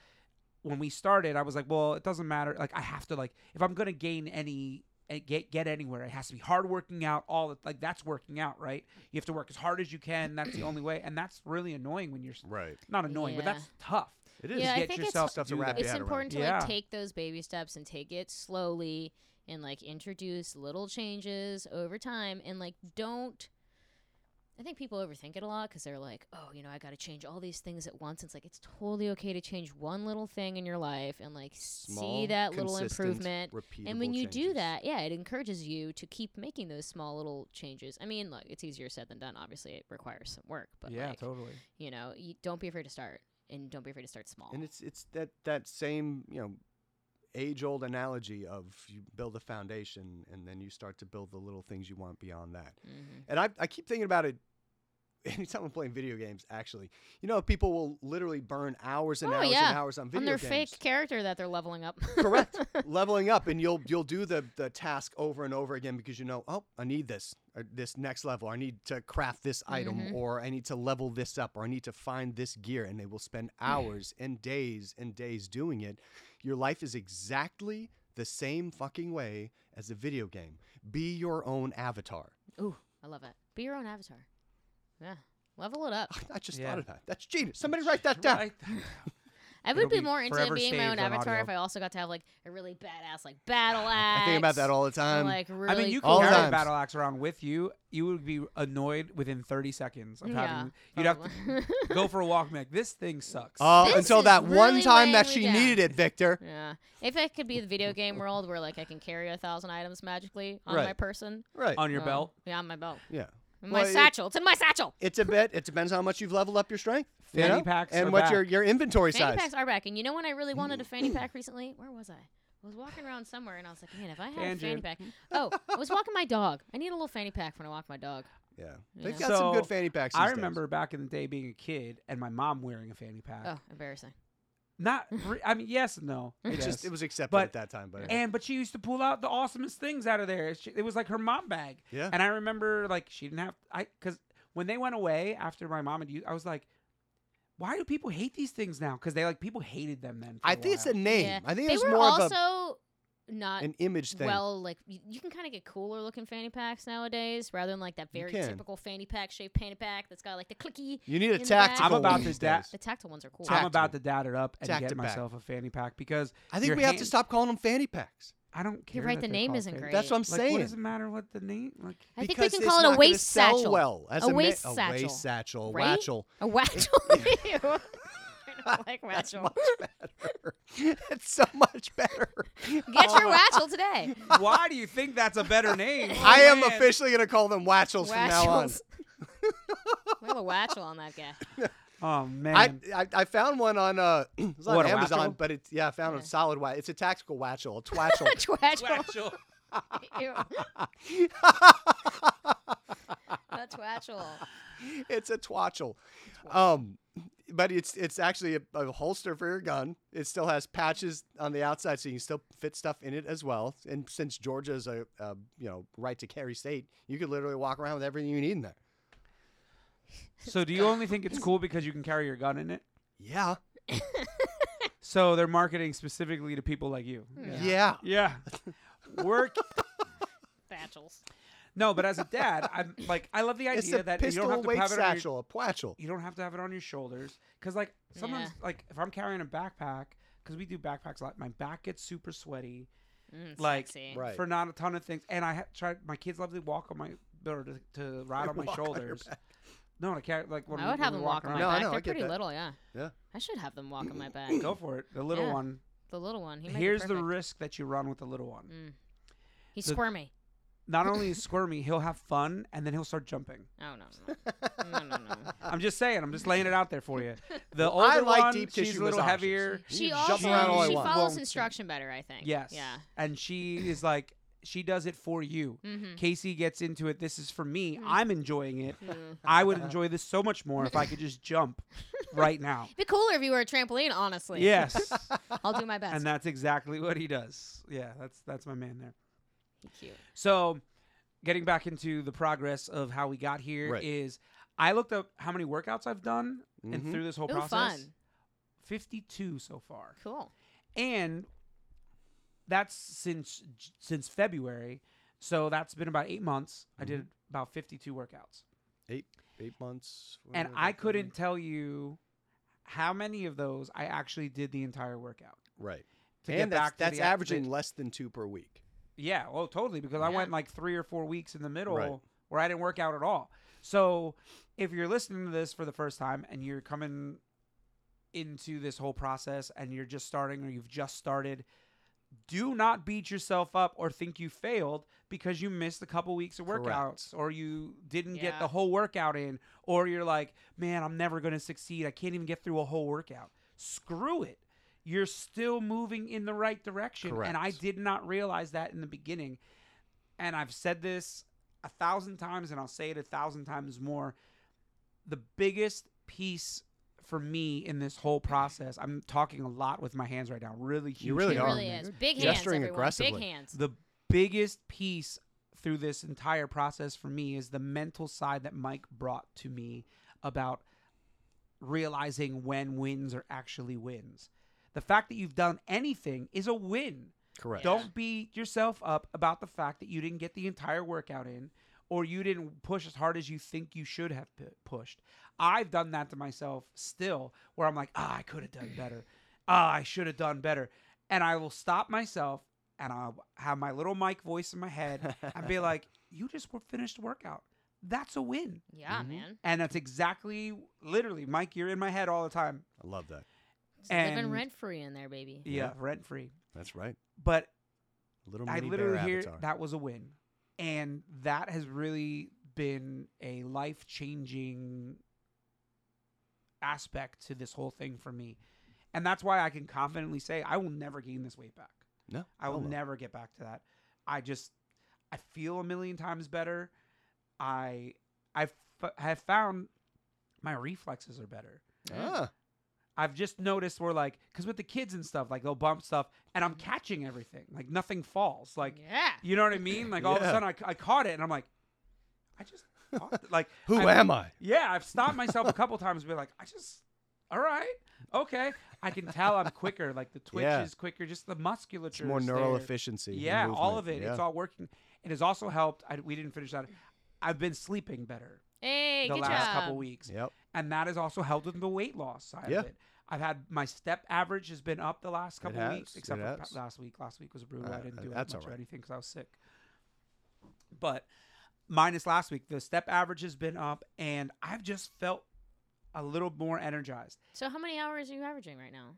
B: when we started. I was like, well, it doesn't matter. Like I have to like if I'm gonna gain any eh, get get anywhere, it has to be hard working out. All the, like that's working out, right? You have to work as hard as you can. That's the only way, and that's really annoying when you're s-
A: Right.
B: not annoying, but
C: Yeah.
B: that's tough.
A: It
C: Yeah,
A: is.
B: to
C: I
B: get
C: think it's-
B: yourself
A: Stuff to
B: do
A: wrap
B: that.
A: your
C: it's
A: head around
C: important to
B: Yeah.
C: like take those baby steps and take it slowly and like introduce little changes over time and like don't I think people overthink it a lot because they're like, oh, you know, I got to change all these things at once. It's like, it's totally okay to change one little thing in your life and like see
A: Small,
C: that little
A: consistent,
C: improvement. And when
A: repeatable
C: you do
A: changes.
C: that, yeah, it encourages you to keep making those small little changes. I mean, look, it's easier said than done. Obviously, it requires some work, but
B: yeah,
C: like,
B: totally.
C: you know, you don't be afraid to start and don't be afraid to start small.
A: And it's it's that that same you know age old analogy of you build a foundation and then you start to build the little things you want beyond that.
C: mm-hmm.
A: And I I keep thinking about it. Anytime I'm playing video games, actually, you know, people will literally burn hours and
C: Oh,
A: hours
C: yeah.
A: and hours on video
C: on their
A: games.
C: fake character that they're leveling up.
A: Correct. leveling up and you'll you'll do the the task over and over again because you know oh i need this or this next level i need to craft this item
C: Mhm.
A: or i need to level this up or i need to find this gear and they will spend hours and days and days doing it your life is exactly the same fucking way as a video game be your own avatar
C: Ooh, I love it. Be your own avatar. Yeah. Level it up.
A: i just
B: Yeah.
A: thought of that that's genius somebody write that down
B: Write that down.
C: I would
B: It'll
C: be
B: be
C: more into
B: forever
C: being my own
B: saved on
C: avatar
B: audio.
C: if I also got to have like a really badass like battle axe.
A: i think about that all the
C: or,
A: time
C: like really
B: I mean, you
A: All
B: can
A: the
B: carry a
A: times.
B: battle axe around with you. You would be annoyed within 30 seconds of
C: Yeah,
B: having. You'd have to go for a walk, and be like this thing sucks.
A: Oh,
C: This
A: until
C: is
A: that one
C: really
A: time that
C: weighing me
A: she
C: down.
A: needed it, Victor.
C: yeah. If I could be the video game world where like I can carry a thousand items magically on my
A: Right.
C: person.
A: Right.
B: on your
C: uh,
B: belt,
C: Yeah, on my belt.
A: yeah.
C: In
A: Well,
C: my
A: it-
C: satchel. It's in my satchel.
A: It's a bit. It depends on how much you've leveled up your strength. you
B: Fanny
A: know,
B: packs are
A: and what your
B: back.
A: your inventory
C: Fanny
A: size.
C: packs are back. And you know when I really wanted a fanny pack recently? Where was I? I was walking around somewhere and I was like, man, if I had a fanny
B: Tangent.
C: pack. Oh, I was walking my dog. I need a little fanny pack when I walk my dog.
A: Yeah,
C: Yeah.
A: they've got some good
B: So,
A: fanny packs.
B: I
A: these days.
B: remember back in the day being a kid and my mom wearing a fanny pack.
C: Oh, embarrassing.
B: Not, re- I mean, yes and no. I
A: It's just
B: guess.
A: it was accepted
B: But-
A: at that time, but uh,
B: and but she used to pull out the awesomest things out of there. She, it was like her mom bag.
A: yeah,
B: And I remember like she didn't have I because when they went away after my mom had used, I was like, why do people hate these things now? Because they like people hated them then. for
A: I
B: a
A: think it's
B: while.
A: a name.
C: Yeah.
A: I think
C: they
A: it's
C: were
A: more of
C: also
A: a
C: not
A: an image thing.
C: well like you, you can kind of get cooler looking fanny packs nowadays rather than like that
A: You
C: very
A: can.
C: typical fanny pack shaped fanny pack that's got like the clicky
A: you need a
C: in the
A: tactical.
C: back.
B: I'm about
A: one
B: to
A: these
B: da-
A: days.
C: the tactile ones are cool
B: I'm
A: Tactical.
B: about to dad it up and get
A: Tactipac.
B: myself a fanny pack because
A: I think
B: your
A: we have to
B: hand-
A: stop calling them fanny packs.
B: I don't care.
C: You're right,
B: that
C: the
B: they're
C: name
B: called
C: isn't
B: fanny
C: great.
A: That's what I'm
B: Like,
A: saying.
B: what does it matter what the name? Like,
C: i think we
A: Because
C: can
A: it's
C: call it
A: not
C: a
A: gonna
C: waist
A: sell
C: satchel
A: Well, as
C: A
A: ma-
C: waist
A: a
C: satchel,
A: waist satchel,
C: right?
A: watchel.
C: a watchel Ew. I don't like
A: That's
C: watchel
A: much better. That's so much better.
C: get your watchel today
B: why do you think that's a better name? Oh,
A: I am
B: man.
A: officially going to call them watchels from now on.
C: Watchels. we have a watchel on that guy
B: Oh man,
A: I, I I found one on uh it was on
B: What, a
A: Amazon,
B: watchel?
A: but it's yeah, I found
C: Yeah.
A: a solid watch. It's a tactical watchel, a twatchel.
C: twatchel
B: Twatchel.
C: Ew. a twatchel
A: it's a twatchel. Um, but it's it's actually a, a holster for your gun. It still has patches on the outside, so you can still fit stuff in it as well. And since Georgia is a, a you know right to carry state, you could literally walk around with everything you need in there.
B: So do you only think it's cool because you can carry your gun in it?
A: Yeah,
B: So they're marketing specifically to people like you.
A: yeah.
B: Yeah. Work.
C: Satchels.
B: No, but as a dad, I'm like I love the
A: It's
B: idea
A: a
B: that you
A: pistol
B: don't have to
A: weight
B: have it on your,
A: satchel, a platchel.
B: you don't have to have it on your shoulders because like sometimes like if I'm carrying a backpack because we do backpacks a lot, my back gets super sweaty
C: Mm,
B: Like,
C: sexy.
A: Right.
B: for not a ton of things, and I ha- try my kids love to walk on my or to, to ride on my
A: Walk on your
B: shoulders. no, I can't like when
C: I
B: we-
C: would
B: when
C: have
B: we
C: them walk on my
B: around.
A: I
C: back.
A: know, I
C: They're
A: get
C: pretty
A: that.
C: little, yeah.
A: Yeah.
C: I should have them walk on my back.
B: Go for it. The little
C: Yeah.
B: one.
C: The little one. He might
B: Here's
C: be
B: the
C: perfect.
B: risk that you run with the little one.
C: Mm. He's
B: the-
C: squirmy.
B: Not only is squirmy, he'll have fun and then he'll start jumping.
C: Oh no, no, no, no, no.
B: I'm just saying. I'm just laying it out there for you. The older
A: Uh. I like
B: one,
A: deep
B: she's
A: tissue
B: a little
A: massages.
B: heavier.
A: You
C: She
A: can
C: also
A: jump around all I
C: she
A: want.
C: follows
B: Won't.
C: instruction better, I think.
B: Yes.
C: Yeah.
B: And she is like, she does it for you.
C: Mm-hmm.
B: Casey gets into it. This is for me.
C: Mhm.
B: I'm enjoying it.
C: It'd
B: I would enjoy this so much more if I could just jump right now.
C: be cooler if you were a trampoline, honestly.
B: Yes.
C: I'll do my best.
B: and that's exactly what he does. Yeah, that's that's my man there.
C: He cute.
B: So, getting back into the progress of how we got here is,
A: Right.
B: I looked up how many workouts I've done and
A: Mhm.
B: through this whole
C: Ooh,
B: process,
C: fun.
B: 52 so far.
C: Cool.
B: And that's since since February. So that's been about 8 months. I
A: Mm-hmm.
B: did about 52 workouts.
A: Eight months.
B: And
A: whatever
B: I
A: that would be.
B: couldn't tell you how many of those I actually did the entire workout.
A: Right.
B: To
A: and that's,
B: to
A: that's
B: the- the-
A: averaging less than two per week.
B: Yeah, well, totally, because I
C: Yeah.
B: went like three or four weeks in the middle where I didn't work out at all. So if you're listening to this for the first time and you're coming into this whole process and you're just starting or you've just started, do not beat yourself up or think you failed because you missed a couple weeks of
A: Correct.
B: workouts or you didn't get
C: Yeah.
B: the whole workout in or you're like, man, I'm never going to succeed. I can't even get through a whole workout. Screw it. You're still moving in the right direction. And I
A: Correct.
B: did not realize that in the beginning. And I've said this a thousand times and I'll say it a thousand times more. The biggest piece for me in this whole process, I'm talking a lot with my hands right now. Really huge.
A: You really
C: It
B: hand
A: are.
C: really
A: man.
C: is.
A: You're
C: Big hands.
A: gesturing
C: everyone. Big
A: aggressively.
C: hands.
B: the biggest piece through this entire process for me is the mental side that Mike brought to me about realizing when wins are actually wins. The fact that you've done anything is a win.
A: Correct.
C: Yeah.
B: Don't beat yourself up about the fact that you didn't get the entire workout in or you didn't push as hard as you think you should have pu- pushed. I've done that to myself still where I'm like, ah, I could have done better. Ah, I should have done better. And I will stop myself and I'll have my little mic voice in my head and be like, you just were finished the workout. That's a win.
C: Yeah,
A: Mhm.
C: man.
B: And that's exactly, literally, Mike, you're in my head all the time.
A: I love that.
C: Just living
B: And-
C: rent free in there, baby.
B: Yeah,
A: Yeah.
B: rent free.
A: That's right.
B: But
A: Little
B: I
A: mini
B: literally
A: bear
B: hear
A: avatar.
B: that was a win, and that has really been a life changing aspect to this whole thing for me, and that's why I can confidently say I will never gain this weight back.
A: No,
B: I will
A: hello.
B: never get back to that. I just I feel a million times better. I I f- have found my reflexes are better.
A: Ah,
B: I've just noticed we're like because with the kids and stuff like they'll bump stuff and I'm catching everything like nothing falls like
C: yeah.
B: you know what I mean? Like all of a
A: Yeah.
B: sudden I, ca- I caught it and I'm like, I just caught it. like
A: who
B: I-
A: am I?
B: yeah, I've stopped myself a couple times and been like, I just all right, okay. I can tell I'm quicker. Like the twitch
A: Yeah.
B: is quicker. Just the musculature.
A: It's more
B: is
A: neural
B: there.
A: efficiency. and
B: Yeah, all of
A: movement.
B: it.
A: Yeah.
B: It's all working. It has also helped. I, we didn't finish that. I've been sleeping better
C: Hey,
B: the
C: good
B: last
C: job.
B: couple weeks,
A: Yep.
B: and that has also helped with the weight loss side
A: Yeah.
B: of it. I've had my step average has been up the last couple
A: has,
B: weeks, except
A: it
B: for
A: has.
B: pa- last week. Last week was brutal.
A: Uh,
B: I didn't
A: uh,
B: do
A: that's
B: much
A: all
B: of
A: right.
B: anything because I was sick. But minus last week, the step average has been up, and I've just felt a little more energized.
C: So how many hours are you averaging right now?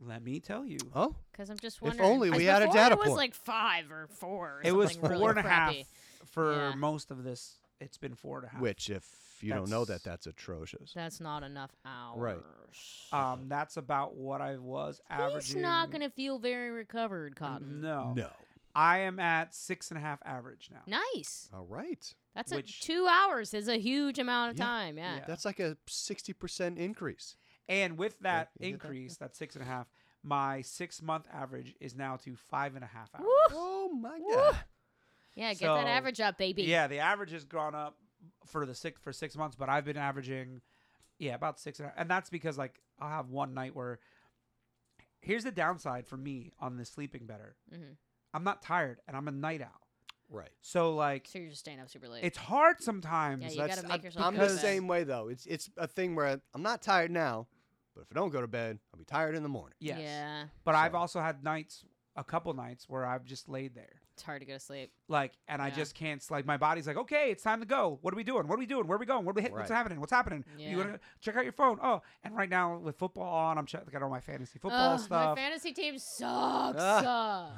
B: Let me tell you,
A: Oh,
C: Because I'm just
A: If
C: wondering.
A: only
C: 'cause
A: we had a
C: before
A: data
C: It was
A: point.
C: like five or four. Or
B: it was
C: something really
B: four and a half
C: crappy.
B: for
C: Yeah.
B: most of this. It's been four and a half.
A: which if you don't know that,
B: Ah. That's-
A: that's atrocious.
C: That's not enough hours.
A: Right.
B: Um, that's about what I was
C: He's
B: averaging.
C: not gonna feel very recovered, Cotton.
B: No,
A: No.
B: I am at six and a half average now.
C: Nice.
A: All right.
C: That's
B: Which-
C: a two hours is a huge amount of
A: Yeah.
C: time. Yeah.
B: Yeah.
A: That's like a sixty percent increase.
B: And with that
A: you did that?
B: increase, that six and a half, my six month average is now to five and a half hours.
C: Woo!
A: Oh my
C: Woo.
A: god.
C: Yeah. Get that
B: So-
C: average up, baby.
B: Yeah, the average has gone up for the six for six months, but I've been averaging, yeah, about six and a half. And that's because like I'll have one night where. Here's the downside for me on the sleeping better.
C: Mm-hmm.
B: I'm not tired and I'm a night owl.
A: Right.
B: So like
C: So you're just staying up super late.
B: it's hard sometimes.
C: Yeah, you
A: That's-
C: gotta make
A: I-
C: yourself
A: I'm
C: go
A: the
C: to bed.
A: same way though. It's it's a thing where I'm not tired now, but if I don't go to bed, I'll be tired in the morning.
B: Yes.
C: Yeah.
B: But I've
A: So-
B: also had nights, a couple nights where I've just laid there.
C: It's hard to go to sleep.
B: Like, and I
C: Yeah.
B: just can't, s- like, my body's like, okay, it's time to go. What are we doing? What are we doing? Where are we going? What are we hitting? What's
A: Right.
B: happening? What's happening?
C: Yeah.
B: You want to check out your phone? Oh, and right now with football on, I'm checking out all my fantasy football
C: Ugh,
B: stuff.
C: My fantasy team sucks. uh.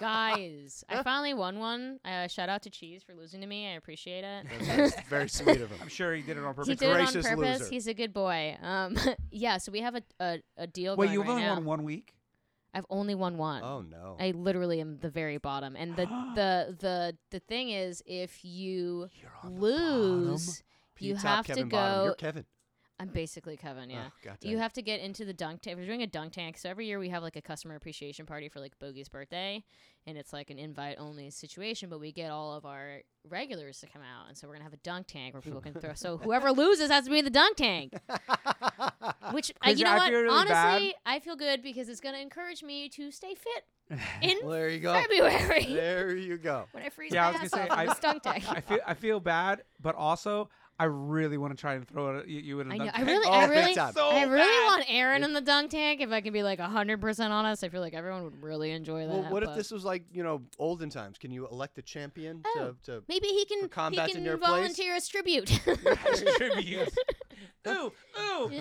C: Guys, I finally won one. Uh, shout out to Cheese for losing to me. I appreciate it.
A: That's very- very sweet of him.
B: I'm sure he did it on
C: he
B: purpose.
C: did it on
A: Gracious
C: purpose.
A: loser.
C: He's a good boy. Um, yeah. So we have a a, a deal
B: Wait,
C: going
B: you've
C: right
B: only
C: now.
B: won one week?
C: I've only won one.
A: Oh no.
C: I literally am the very bottom. And the the the the thing is, if you
A: You're on the bottom.
C: lose, you
A: P-top
C: have to
A: Kevin Bottom.
C: go.
A: You're Kevin.
C: I'm basically Kevin. Yeah.
A: Oh, God
C: You
A: dang it.
C: have to get into the dunk tank. We're doing a dunk tank. So every year we have like a customer appreciation party for like Bogey's birthday. And it's like an invite only situation, but we get all of our regulars to come out. And so we're going to have a dunk tank where people can throw. So whoever loses has to be in the dunk tank. Which, uh,
B: Chris,
C: you know
B: I
C: what?
B: feel really
C: Honestly,
B: bad.
C: I feel good because it's going to encourage me to stay fit in
A: Well, there you go.
C: February
A: There you go.
C: when I freeze
B: Yeah, I was
C: my ass
B: gonna
C: off
B: say,
C: on
B: I-
C: this dunk tank.
B: I feel I feel bad, but also I really want to try and throw it at you- you in a
C: I know.
B: dunk
C: I
B: tank.
C: really,
A: Oh,
C: I
A: big
C: really,
A: time.
B: So
C: I really
B: bad.
C: want Aaron in the dunk tank. If I can be like hundred percent honest, I feel like everyone would really enjoy that.
A: Well, what if
C: but-
A: this was like you know olden times? Can you elect a champion
C: Oh.
A: to, to
C: Maybe he can.
A: combat
C: he
A: in
C: can
A: your place?
C: volunteer as tribute.
B: Tribute. ooh, ooh.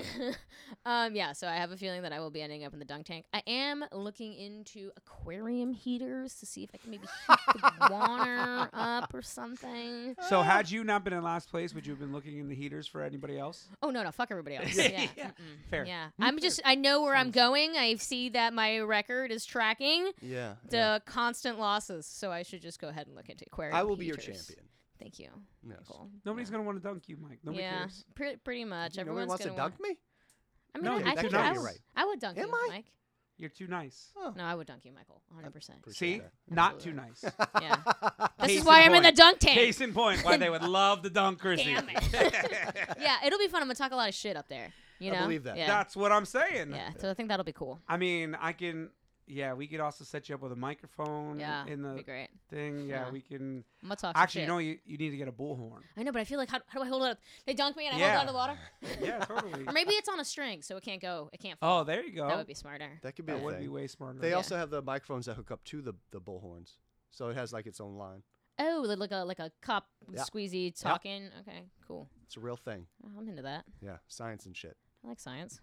C: um, yeah. So I have a feeling that I will be ending up in the dunk tank. I am looking into aquarium heaters to see if I can maybe heat the water up or something.
B: So had you not been in last place, would you have been looking in the heaters for anybody else?
C: Oh no, no, fuck everybody else.
B: Yeah,
C: Yeah.
B: yeah,
C: mm-mm,
B: fair.
C: Yeah. I'm just. I know where I'm going. I see that my record is tracking.
A: yeah?
C: the constant losses. So I should just go ahead and look into aquarium.
A: I will be your
C: heaters.
A: champion.
C: Thank you.
A: Yes.
C: Cool.
B: Nobody's gonna want to dunk you, Mike. Nobody
C: yeah,
B: cares.
C: pre- pretty much.
A: Nobody
C: Everyone's
A: wants to
C: gonna
A: dunk
C: want-
A: me.
C: I mean,
B: No,
C: I-
B: you're
C: I,
B: too
C: think
B: dumb.
C: I,
B: You're
C: would-
A: right.
C: I would dunk
A: Am
C: you,
A: I?
C: Mike.
B: You're too nice.
A: Oh.
C: No, I would dunk you, Michael. 100. percent
B: See,
A: Appreciate that.
B: not too nice.
C: Yeah. This
B: Case
C: is why
B: in
C: I'm in the
B: point.
C: dunk tank.
B: Case in point, why they would love the dunk Chrissy.
C: Damn yeah, it'll be fun. I'm gonna talk a lot of shit up there. You
A: I
C: know.
A: believe that.
C: Yeah.
B: That's what I'm saying.
C: yeah. So I think that'll be cool.
B: I mean, I can. Yeah, we could also set you up with a microphone
C: Yeah.
B: in
C: be
B: the
C: great.
B: thing. Yeah,
C: Yeah.
B: we can.
C: I'm gonna talk. some
B: Actually, you
C: shit.
B: know, you, you need to get a bullhorn.
C: I know, but I feel like how, how do I hold it up? They dunk me and I
B: Yeah.
C: hold it out of the water.
B: Yeah, totally.
C: or maybe it's on a string, so it can't go. It can't. Fall.
B: Oh, there you go.
C: that would be smarter.
A: That could be
B: That
A: a
B: would
A: thing.
B: be way smarter.
A: They
C: Yeah.
A: also have the microphones that hook up to the the bullhorns, so it has like its own line.
C: Oh, li- like a like a cop
A: Yeah.
C: squeezy talking. Okay, cool.
A: It's a real thing.
C: Oh, I'm into that.
A: Yeah, science and shit.
C: I like science.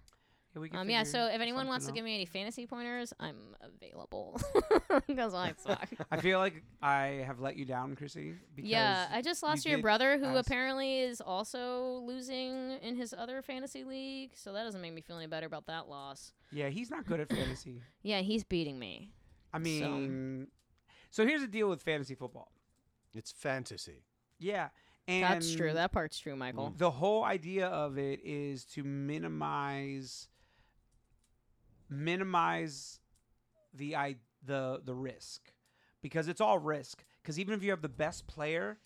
B: yeah, we can
C: Um, yeah.
B: figure
C: So if anyone wants to
B: something
C: give me any fantasy pointers, I'm available because I suck.
B: out. I feel like I have let you down, Chrissy. Because
C: yeah, I just lost to your
B: did
C: brother, who
B: ask-
C: apparently is also losing in his other fantasy league. So that doesn't make me feel any better about that loss.
B: yeah, he's not good at fantasy.
C: Yeah, he's beating me.
B: I mean, so here's the deal with fantasy football.
A: It's fantasy.
B: Yeah, and
C: That's true. That part's true, Michael.
B: the whole idea of it is to minimize minimize the i the the risk because it's all risk because even if you have the best player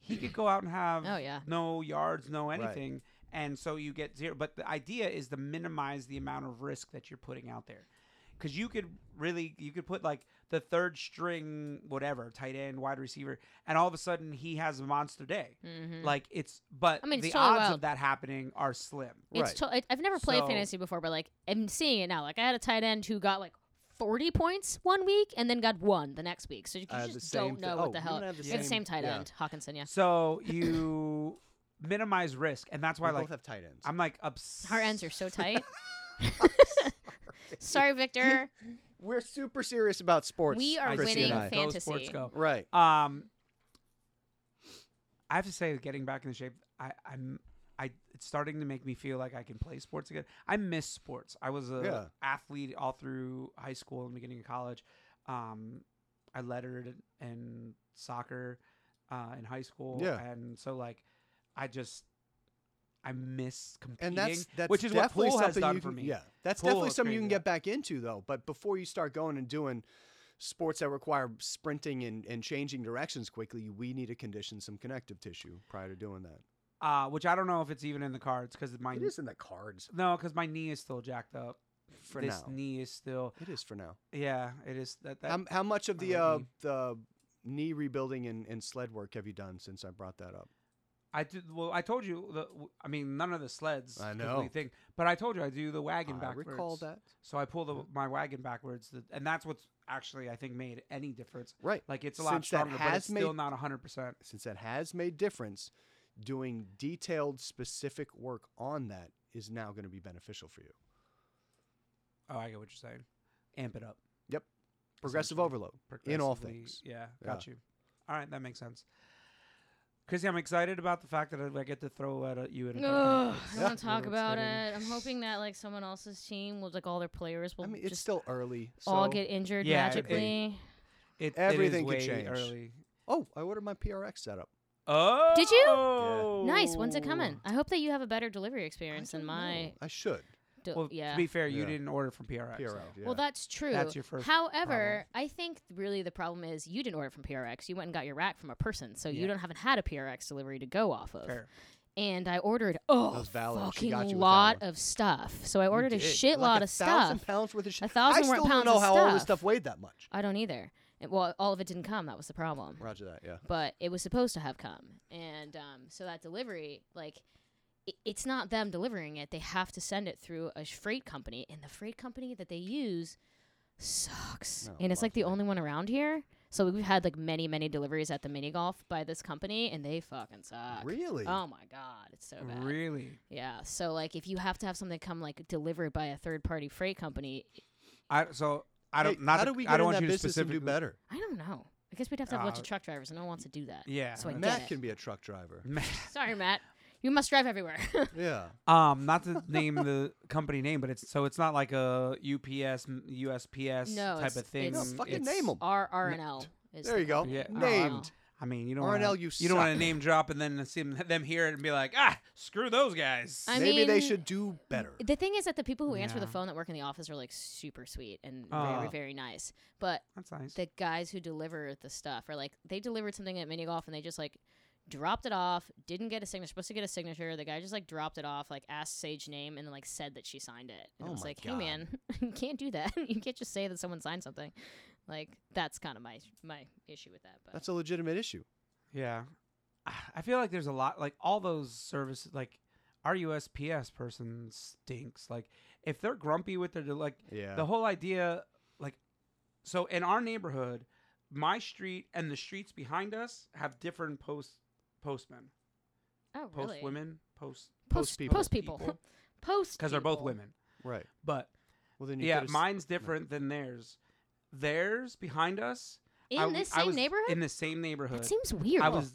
B: he could go out and have
C: Oh, yeah.
B: no yards no
A: Right.
B: anything and so you get zero. But the idea is to minimize the amount of risk that you're putting out there, because you could really you could put like the third string whatever tight end wide receiver, and all of a sudden he has a monster day.
A: Mm.
C: Mm-hmm.
B: Like it's but
C: I mean,
B: the
C: it's totally
B: odds
C: wild.
B: of that happening are slim.
C: It's
A: right.
C: to- I- I've never played
B: So-
C: fantasy before, but like I'm seeing it now. Like I had a tight end who got like 40 points one week and then got one the next week. So you,
A: I had the
C: just
A: same
C: don't
A: thi-
C: know
A: oh,
C: what the
A: we
C: hell.
A: don't have the
C: we have the same
A: same-
C: tight
A: yeah.
C: end, Hawkinson. Yeah,
B: So you minimize risk, and that's
A: We
B: why
A: both
B: like
A: have tight ends.
B: I'm like obsessed.
C: our ends are so tight. Sorry, Victor.
A: We're super serious about sports.
C: We are
A: Chrissy
C: winning
A: and I.
C: fan-
B: Those sports
C: fantasy.
B: go.
A: Right.
B: Um, I have to say, getting back in the shape, I, I'm, I it's starting to make me feel like I can play sports again. I miss sports. I was a
A: Yeah.
B: athlete all through high school and beginning of college. Um, I lettered and soccer uh, in high school,
A: Yeah.
B: and so like, I just. I miss competing,
A: And that's that's
B: which is what
A: definitely
B: pool has
A: something
B: done
A: you
B: for
A: can-
B: me.
A: Yeah, that's
B: Pool
A: definitely
B: is
A: something you can
B: crazy.
A: get back into though. But before you start going and doing sports that require sprinting and, and changing directions quickly, we need to condition some connective tissue prior to doing that.
B: Uh, which I don't know if it's even in the cards because my
A: It is in the cards
B: no, because my knee is still jacked up.
A: for
B: this
A: now.
B: knee is still
A: It is for now.
B: Yeah, it is that. that
A: How, how much of
B: I
A: the
B: like
A: uh,
B: knee.
A: the knee rebuilding and, and sled work have you done since I brought that up?
B: I did. Well, I told you. The, w- I mean, none of the sleds.
A: I
B: is
A: know.
B: the Thing, but I told you I do the wagon
A: I
B: backwards.
A: recall that.
B: So I pull the, my wagon backwards, the, and that's what's actually I think made any difference.
A: Right.
B: Like it's a lot
A: Since that
B: stronger, but
A: has
B: it's still
A: made-
B: not hundred percent.
A: since that has made difference, doing detailed, specific work on that is now going to be beneficial for you.
B: Oh, I get what you're saying. Amp it up.
A: Progressive
B: Essentially.
A: overload. In all
B: progressively-
A: things.
B: Yeah,
A: Yeah.
B: got you. All right, that makes sense. Chrissy, I'm excited about the fact that I, I get to throw at uh, you in. a couple
C: Ugh,
B: minutes.
C: I don't want
B: It's
C: to talk
B: really
C: about
B: exciting.
C: it. I'm hoping that like someone else's team will like all their players will
A: I mean, it's
C: just
A: still early.
C: all
A: so-
C: get injured
B: Yeah, it- it-
C: magically.
B: It- it is
A: Everything could
B: way
A: change.
B: Early.
A: Oh, I ordered my PRX setup.
B: Oh,
C: Did you?
A: Yeah.
C: nice. When's it coming? I hope that you have a better delivery experience
A: I
C: than
A: don't
C: my.
A: know. I should.
C: do-
B: Well,
C: Oh, yeah.
B: to be fair, you
A: Yeah.
B: didn't order from PRX.
A: PRO.
B: so-
A: Yeah.
C: Well, that's true.
B: That's your first
C: However, I think really the problem is you didn't order from PRX. You went and got your rack from a person, so
B: Yeah.
C: you don't haven't had a PRX delivery to go off of.
B: Fair.
C: And I ordered oh
A: That's valid.
C: fucking
A: She got you with that
C: lot
A: one.
C: of stuff. So I ordered a shitload
A: like
C: of
A: thousand
C: stuff.
A: pounds worth of shit.
C: A thousand
A: I
C: wor-
A: still don't
C: pounds
A: know
C: of
A: how all this
C: stuff.
A: stuff weighed that much.
C: I don't either. It- well, all of it didn't come. That was the problem.
A: Roger that. Yeah.
C: But it was supposed to have come, and um, so that delivery, like, i it's not them delivering it. They have to send it through a sh- freight company, and the freight company that they use sucks.
A: Oh,
C: and it's like the
A: lovely.
C: only one around here. So we've had like many, many deliveries at the mini golf by this company, and they fucking suck.
A: Really?
C: Oh my god, it's so bad.
B: Really?
C: Yeah. So like, if you have to have something come like delivered by a third party freight company,
B: I so I don't.
A: Hey,
B: not
A: how
B: to-
A: do we get
B: I don't
A: in
B: want
A: that
B: you to
A: business and do
B: specifically.
A: better?
C: I don't know. I guess we'd have to have a bunch
B: Uh,
C: of truck drivers, and no one wants to do that.
B: Yeah.
C: So I
B: that's-
C: get
A: Matt
C: it.
A: can be a truck driver.
C: Sorry, Matt. You must drive everywhere.
A: yeah.
B: um, not to name the company name, but it's so it's not like a UPS, m- USPS
C: No,
B: type
C: it's-
B: of thing.
A: No,
C: it's-
A: fucking
B: It's-
A: name them.
C: R R and L. is
A: There
C: the
A: you go.
C: company.
B: Yeah.
A: Named.
B: I mean, you don't
A: RNL,
B: wanna,
A: you
B: don't want to
A: suck.
B: name drop and then see them, them hear it and be like, ah, screw those guys.
C: I
A: Maybe they
C: mean,
A: should do better.
C: The thing is that the people who answer the
B: Yeah.
C: phone that work in the office are like super sweet and
B: Oh.
A: Uh.
C: very very nice, but
B: That's nice.
C: the guys who deliver the stuff are like they delivered something at mini golf and they just like dropped it off, didn't get a signature, supposed to get a signature. The guy just like dropped it off, like asked Sage name and then like said that she signed it. And
A: Oh
C: I was
A: my
C: like,
A: God.
C: hey man, you can't do that. you can't just say that someone signed something. Like that's kind of my my issue with that. But
A: That's a legitimate issue.
B: Yeah. I- I feel like there's a lot like all those services like our USPS person stinks. Like if they're grumpy with their del- like
A: Yeah.
B: the whole idea like so in our neighborhood, my street and the streets behind us have different post postmen,
C: oh
B: post
C: really?
B: women, post
A: Post
C: Post
A: people.
C: Post people. Post
B: because they're both
C: people.
B: women.
A: right.
B: But
A: Well, then you
B: yeah,
A: could've s-
B: mine's different than theirs. Theirs behind us
C: in
B: I w-
C: this
B: I
C: same
B: was
C: neighborhood.
B: In the same neighborhood.
C: that seems weird.
B: I was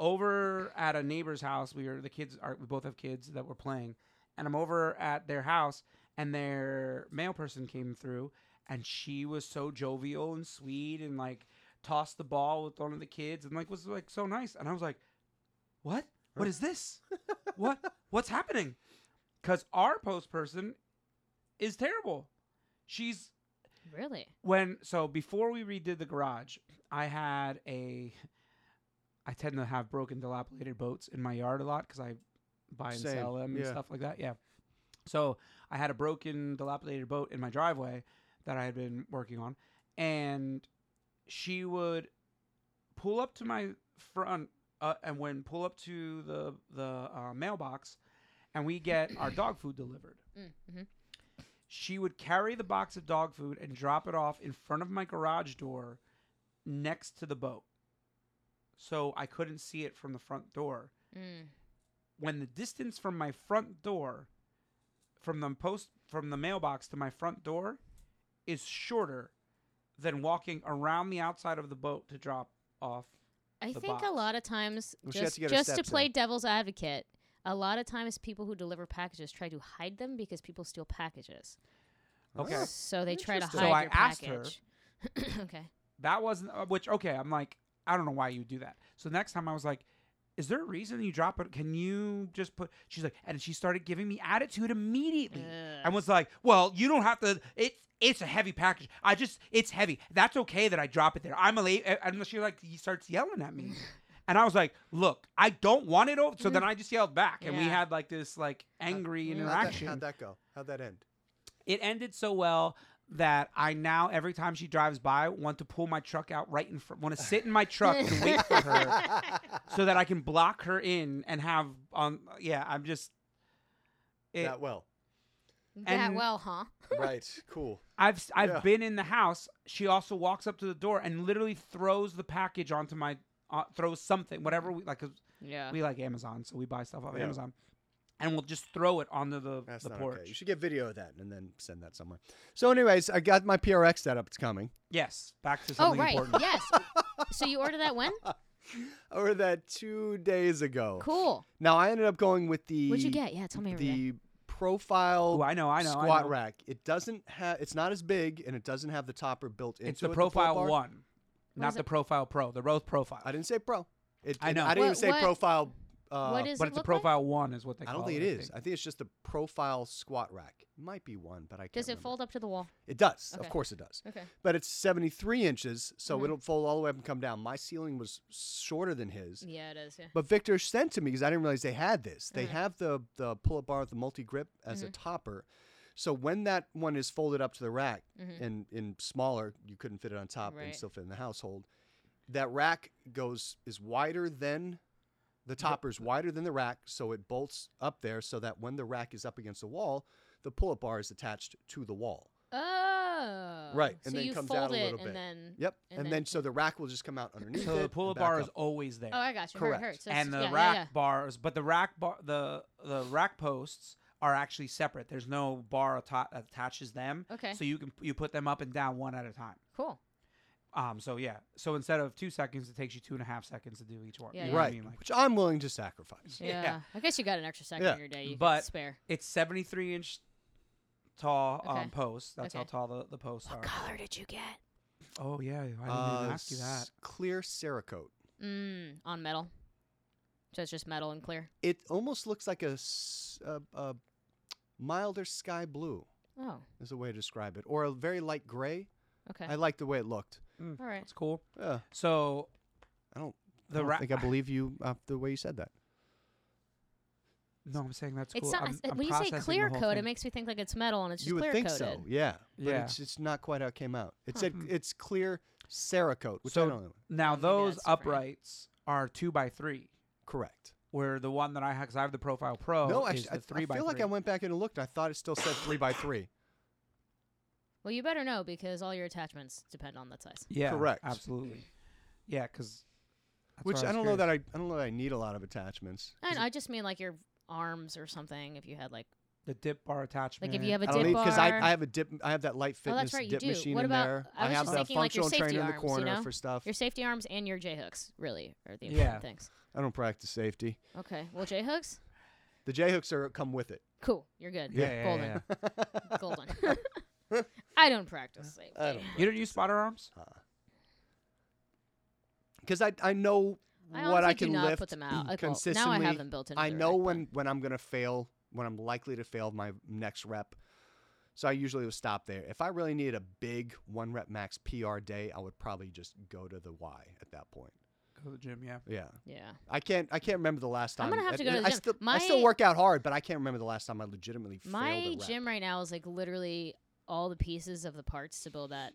B: over at a neighbor's house. We were the kids are we both have kids that were playing, and I'm over at their house, and their mail person came through, and she was so jovial and sweet, and like tossed the ball with one of the kids, and like was like so nice, and I was like, what? What is this? what? What's happening? Because our post person is terrible. She's
C: really.
B: when so before we redid the garage i had a i tend to have broken dilapidated boats in my yard a lot because i buy and
A: Same,
B: sell them and
A: yeah.
B: stuff like that. Yeah. So I had a broken, dilapidated boat in my driveway that I had been working on, and she would pull up to my front, uh, and when pull up to the the uh, mailbox, and we get our dog food delivered.
C: Mm-hmm.
B: She would carry the box of dog food and drop it off in front of my garage door, next to the boat, so I couldn't see it from the front door
C: Mm.
B: when the distance from my front door from the post from the mailbox to my front door is shorter than walking around the outside of the boat to drop off
C: I
B: the
C: think a
B: box.
C: lot of times,
A: Well, she has
C: just,
A: to get her
C: just to
A: steps
C: play
A: in.
C: devil's advocate, a lot of times people who deliver packages try to hide them because people steal packages.
A: Oh,
B: Okay.
C: So they try to hide
A: Interesting.
B: So I
C: your
B: asked her-
C: package. okay.
B: that wasn't uh, which okay i'm like i don't know why you do that so next time i was like is there a reason you drop it can you just put she's like and she started giving me attitude immediately
C: Ugh.
B: and was like, "Well, you don't have to. It's it's a heavy package. I just it's heavy. That's okay that I drop it there. I'm a late." And she like he starts yelling at me, and I was like, "Look, I don't want it over." So then I just yelled back, and we
C: Yeah.
B: had like this like angry
C: How'd that-
A: How'd that,
B: interaction.
A: how'd that go? How'd that end?
B: it ended so well that I now every time she drives by want to pull my truck out right in front, want to sit in my truck and wait for her so that I can block her in and have on. yeah, I'm just. It,
A: that well.
C: that
B: and-
C: well, huh?
A: Right. Cool.
B: I've s- I've
A: Yeah.
B: been in the house. She also walks up to the door and literally throws the package onto my uh, throws something whatever we like 'cause
C: Yeah.
B: we like Amazon so we buy stuff off
A: Yeah.
B: Amazon and we'll just throw it onto the
A: That's
B: the
A: not
B: porch.
A: okay. You should get video of that and then send that somewhere. So, anyways, I got my PRX set up. It's coming.
B: Yes, back to
C: Oh,
B: something
C: right.
B: important.
C: yes. So you order that when?
A: Or that two days ago.
C: Cool.
A: Now I ended up going with the
C: What'd you get? Yeah, tell me everything.
A: the profile
B: Oh, I know, I know. I
A: squat
B: know.
A: rack. It doesn't have. It's not as big, and it doesn't have the topper built into
B: It's the
A: it,
B: profile
A: pull bar.
B: one, not
C: is
B: the
C: it?
B: profile pro. The Rose profile,
A: I didn't say pro. It,
B: I
A: it-
B: know.
A: I didn't
C: What-
A: even say
C: what-
A: profile. Uh,
C: what is
B: but
C: it
B: it's a
C: look like?
B: profile one is what they
A: I
B: call it.
A: don't think it is.
B: think.
A: I think it's just the profile squat rack. It might be one, but I can't.
C: Does it
A: remember.
C: fold up to the wall?
A: It does.
C: Okay.
A: Of course, it does.
C: Okay.
A: But it's 73 inches, so
C: Mhm.
A: it'll fold all the way up and come down. My ceiling was shorter than his.
C: Yeah, it is. Yeah.
A: But Victor sent to me because I didn't realize they had this. They
B: Mm.
C: Mhm.
A: have the the pull up bar with the multi grip as
B: Mm-hmm.
A: a topper. So when that one is folded up to the rack
B: Mm-hmm.
C: Mhm.
A: and in smaller, you couldn't fit it on top and
C: Right.
A: still fit in the household. That rack goes is wider than the topper's wider than the rack, so it bolts up there so that when the rack is up against the wall, the pull up bar is attached to the wall.
C: Oh.
A: Right, and
C: so
A: then
C: you
A: comes
C: fold
A: out a
C: it
A: little
C: and
A: bit.
C: Then,
A: Yep.
C: And
A: And,
C: then-
A: then, so the rack will just come out underneath.
B: So
A: it
B: the
A: and
B: pull-up
A: back
B: bar
A: up.
B: is always there.
C: Oh, I got you.
A: Correct.
C: Hurt, hurt. So it's-
B: and the
C: yeah, yeah,
B: rack
C: yeah.
B: bars, but the rack bar, the the rack posts are actually separate. There's no bar atta- attaches them,
C: Okay.
B: so you can you put them up and down one at a time.
C: cool.
B: Um, so yeah, so instead of two seconds, it takes you two and a half seconds to do each one.
C: Yeah,
B: You know what I
A: right,
B: mean? Like,
A: which I'm willing to sacrifice.
C: Yeah. I guess you got an extra second
A: Yeah.
C: in your day. You
B: But-
C: could spare.
B: it's 73 inch tall um,
C: Okay.
B: posts. That's
C: Okay. Oh,
B: how tall the, the posts are.
C: color did you get?
B: Oh yeah, I didn't even
A: Uh,
B: ask you that.
A: s- Clear Cerakote.
C: Mm, on metal. So it's just metal and clear.
A: It almost looks like a, s- a- a milder sky blue
C: Oh,
A: is a way to describe it, or a very light gray.
C: okay.
A: I like the way it looked.
C: All right.
B: It's cool.
A: Yeah,
B: So
A: I don't.
B: the
A: I don't
B: rack.
A: think I believe you uh, the way you said that.
B: No, I'm saying that's cool.
C: It's not
B: I'm,
C: it's-
B: I'm
C: when you say
B: processing the
C: clear
B: whole
C: coat, it
B: thing.
C: makes me think like it's metal and it's just
A: you would
C: clear
A: think
C: coated.
A: so, yeah. But
B: Yeah.
A: it's it's not quite how it came out. It
B: Huh.
A: said
B: Hmm.
A: it's clear Cerakote, which
B: So-
A: I don't know.
B: Now
C: Maybe
B: those
C: that's different.
B: uprights are two by three,
A: Correct.
B: where the one that I have, because I have the Profile Pro,
A: no,
B: is
A: actually,
B: the
A: I,
B: Oh, three
A: I
B: by
A: feel
B: three.
A: like I went back and looked. I thought it still said three by three.
C: Well, you better know because all your attachments depend on that size.
B: yeah,
A: Correct.
B: absolutely. Yeah, because
A: Which I don't know that I, I don't know that I need a lot of attachments.
C: I, I just mean like your arms or something. If you had like
B: the dip bar attachment.
C: like if you have a
A: I don't
C: dip
A: need
C: bar,
A: because I, I have a dip. I have that light
C: Oh, that's
A: fitness
C: right, you
A: dip
C: do.
A: machine
C: What
A: in
C: about-
A: there.
C: I was
A: have
C: just
A: the
C: thinking, like, your
A: functional
C: safety
A: trainer in
C: arms,
A: the
C: you
A: corner
C: know?
A: for stuff.
C: your safety arms and your J hooks really are the
B: Yeah.
C: important things.
A: I don't practice safety.
C: Okay. Well, J hooks,
A: The J hooks are come with it.
C: cool. You're good.
B: yeah, yeah,
C: golden,
B: yeah, yeah.
C: golden. I don't practice safety.
A: I don't.
B: You don't use spotter arms?
A: Because I I know
C: I honestly
A: what I can
C: do not
A: lift
C: put them out. Like, well, now
A: consistently.
C: I have them built in.
A: I know when when I'm gonna fail, when I'm likely to fail my next rep. So I usually would stop there. If I really needed a big one rep max PR day, I would probably just go to the Y at that point.
B: go to the gym. Yeah.
A: Yeah,
C: Yeah.
A: I can't. I can't remember the last time.
C: I'm gonna have
A: and-
C: to go to
A: and
C: the
A: I
C: gym.
A: still, I still
C: My-
A: work out hard, but I can't remember the last time I legitimately
C: My
A: failed. at rep.
C: gym right now is like literally all the pieces of the parts to build that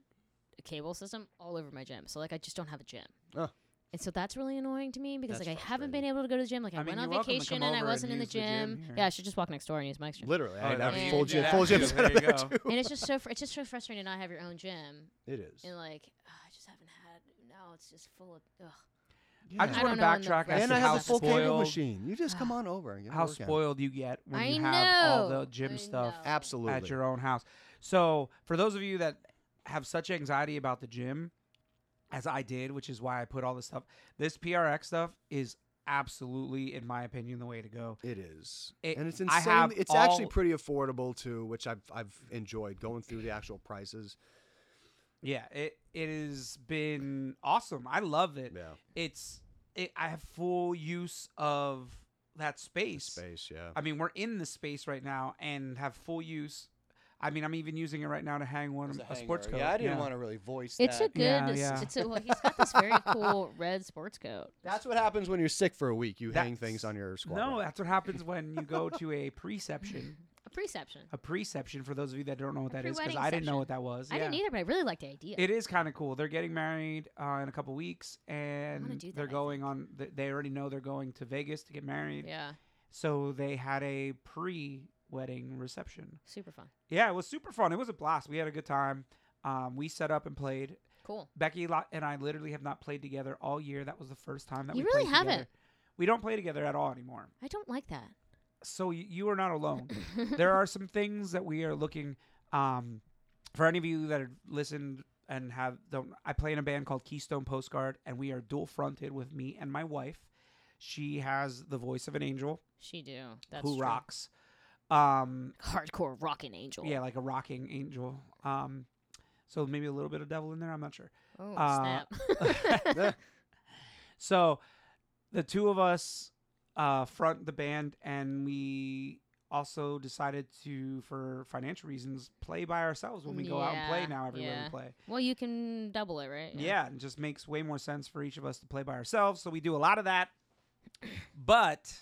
C: cable system all over my gym. So like I just don't have a gym.
A: Oh.
C: And so that's really annoying to me because
A: That's
C: like I haven't been able to go to the gym. Like I,
B: I mean,
C: went on
B: you're welcome to
C: vacation
B: come
C: and I
B: over
C: wasn't
B: and
C: in the
B: use the gym
C: gym.
B: here.
C: yeah, I should just walk next door and use my gym.
A: Literally,
B: Oh,
A: I
B: yeah,
A: have
C: you
A: a
C: can
A: full
C: do
A: gym.
C: that
A: Full
C: too.
A: gym
B: There you
A: there
B: go.
A: too.
C: and it's just so fr- it's just so frustrating to not have your own gym
A: It is.
C: and like ugh, I just haven't had. No, it's just full of. Ugh.
B: I just
C: I
B: want
C: don't
B: to
C: know when the
B: backtrack
C: first-
B: as
A: And
B: to
A: I
B: how
A: have a full cable
B: spoiled-
A: machine. You just come on over. And get a
B: how
A: workout.
B: spoiled you get when
C: I
B: you
C: know
B: have all the gym
C: I
B: stuff
C: know.
A: Absolutely.
B: at your own house. So, for those of you that have such anxiety about the gym, as I did, which is why I put all this stuff, this PRX stuff is absolutely, in my opinion, the way to go.
A: It is,
B: It-
A: and it's
B: I
A: insane.
B: have
A: It's actually
B: all-
A: pretty affordable too, which I've I've enjoyed going through the actual prices.
B: Yeah, it it has been awesome. I love it.
A: Yeah,
B: It's it, I have full use of that
A: the
B: space.
A: space. Yeah,
B: I mean, we're in the space right now and have full use. I mean, I'm even using it right now to hang one a, sports coat.
D: Yeah, I didn't want to really voice
C: It's a
D: that.
C: good.
B: Yeah,
C: s-
B: yeah.
C: It's a, well, he's got this very cool red sports coat.
A: that's what happens when you're sick for a week. You hang
B: That's-
A: things on your squat.
B: No,
A: rack.
B: that's what happens when you go to a preception.
C: A preception.
B: A preception, for those of you that don't know what
C: A
B: that is, because
C: pre-wedding
B: I didn't know
C: session.
B: what that was.
C: I didn't
B: yeah.
C: either, but I really like the idea.
B: It is kind of cool. They're getting married uh, in a couple weeks, and
C: do that,
B: they're
C: I
B: going on. th- They already know they're going to Vegas to get married,
C: yeah,
B: so they had a pre-wedding reception.
C: super fun.
B: Yeah, it was super fun. It was a blast. We had a good time. Um, we set up and played.
C: Cool.
B: Becky lo- and I literally have not played together all year. That was the first time that
C: You
B: we
C: really
B: played together.
C: haven't.
B: We don't play together at all anymore.
C: I don't like that.
B: So y- you are not alone. there are some things that we are looking um, for any of you that have listened and have don't I play in a band called Keystone Postcard and we are dual fronted with me and my wife. She has the voice of an angel
C: she do. That's
B: who
C: true.
B: rocks. Um
C: Hardcore rockin' angel.
B: yeah, like a rocking angel. Um so maybe a little bit of devil in there, I'm not sure.
C: Oh
B: uh,
C: snap.
A: Yeah.
B: So the two of us uh, front the band, and we also decided to, for financial reasons, play by ourselves when we go out and play
C: Yeah,
B: now everywhere
C: yeah.
B: we play.
C: well, you can double it, right?
B: Yeah. it just makes way more sense for each of us to play by ourselves. So we do a lot of that. But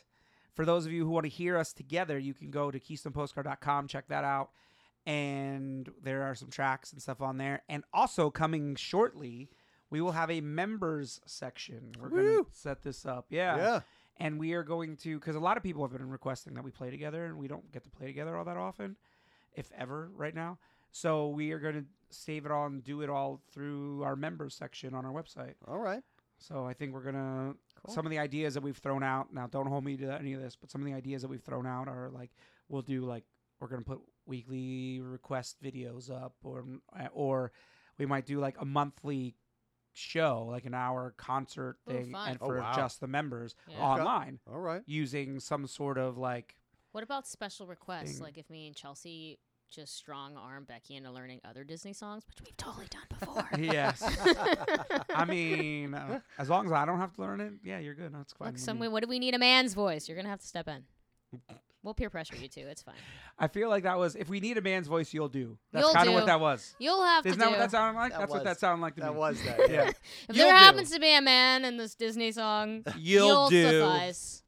B: for those of you who want to hear us together, you can go to KeystonePostcard.com, check that out. And there are some tracks and stuff on there. And also coming shortly, we will have a members section. We're going
A: Woo!
B: to set this up.
A: yeah.
B: And we are going to, because a lot of people have been requesting that we play together, and we don't get to play together all that often, if ever, right now. So we are going to save it all and do it all through our members section on our website.
A: All right.
B: So I think we're going to,
C: Cool.
B: some of the ideas that we've thrown out, now don't hold me to any of this, but some of the ideas that we've thrown out are like, we'll do like, we're going to put weekly request videos up, or, eh, or we might do like a monthly show, like an hour concert
C: Ooh,
B: thing,
C: fun.
B: and
A: Oh,
B: for
A: wow.
B: just the members
C: Yeah.
A: Okay.
B: online
A: All right.
B: using some sort of like
C: What about special requests?
B: Thing.
C: Like if me and Chelsea just strong arm Becky into learning other Disney songs, which we've totally done before.
B: yes i mean uh, as long as i don't have to learn it yeah you're good that's fine
C: Look,
B: with
C: some
B: me.
C: what do we need a man's voice? You're gonna have to step in. We'll peer pressure you too. It's fine.
B: i feel like that was if we need a man's voice you'll do that's
C: You'll
B: kind of what
C: do.
B: that was
C: You'll have
B: isn't
C: to
B: that
C: do.
B: what that sounded like
A: That
B: that's what
A: was-
B: that sounded like to
A: That
B: me
A: was that. Yeah.
B: yeah
C: if
B: you'll
C: there
B: do.
C: happens to be a man in this Disney song,
B: You'll do.
C: suffice.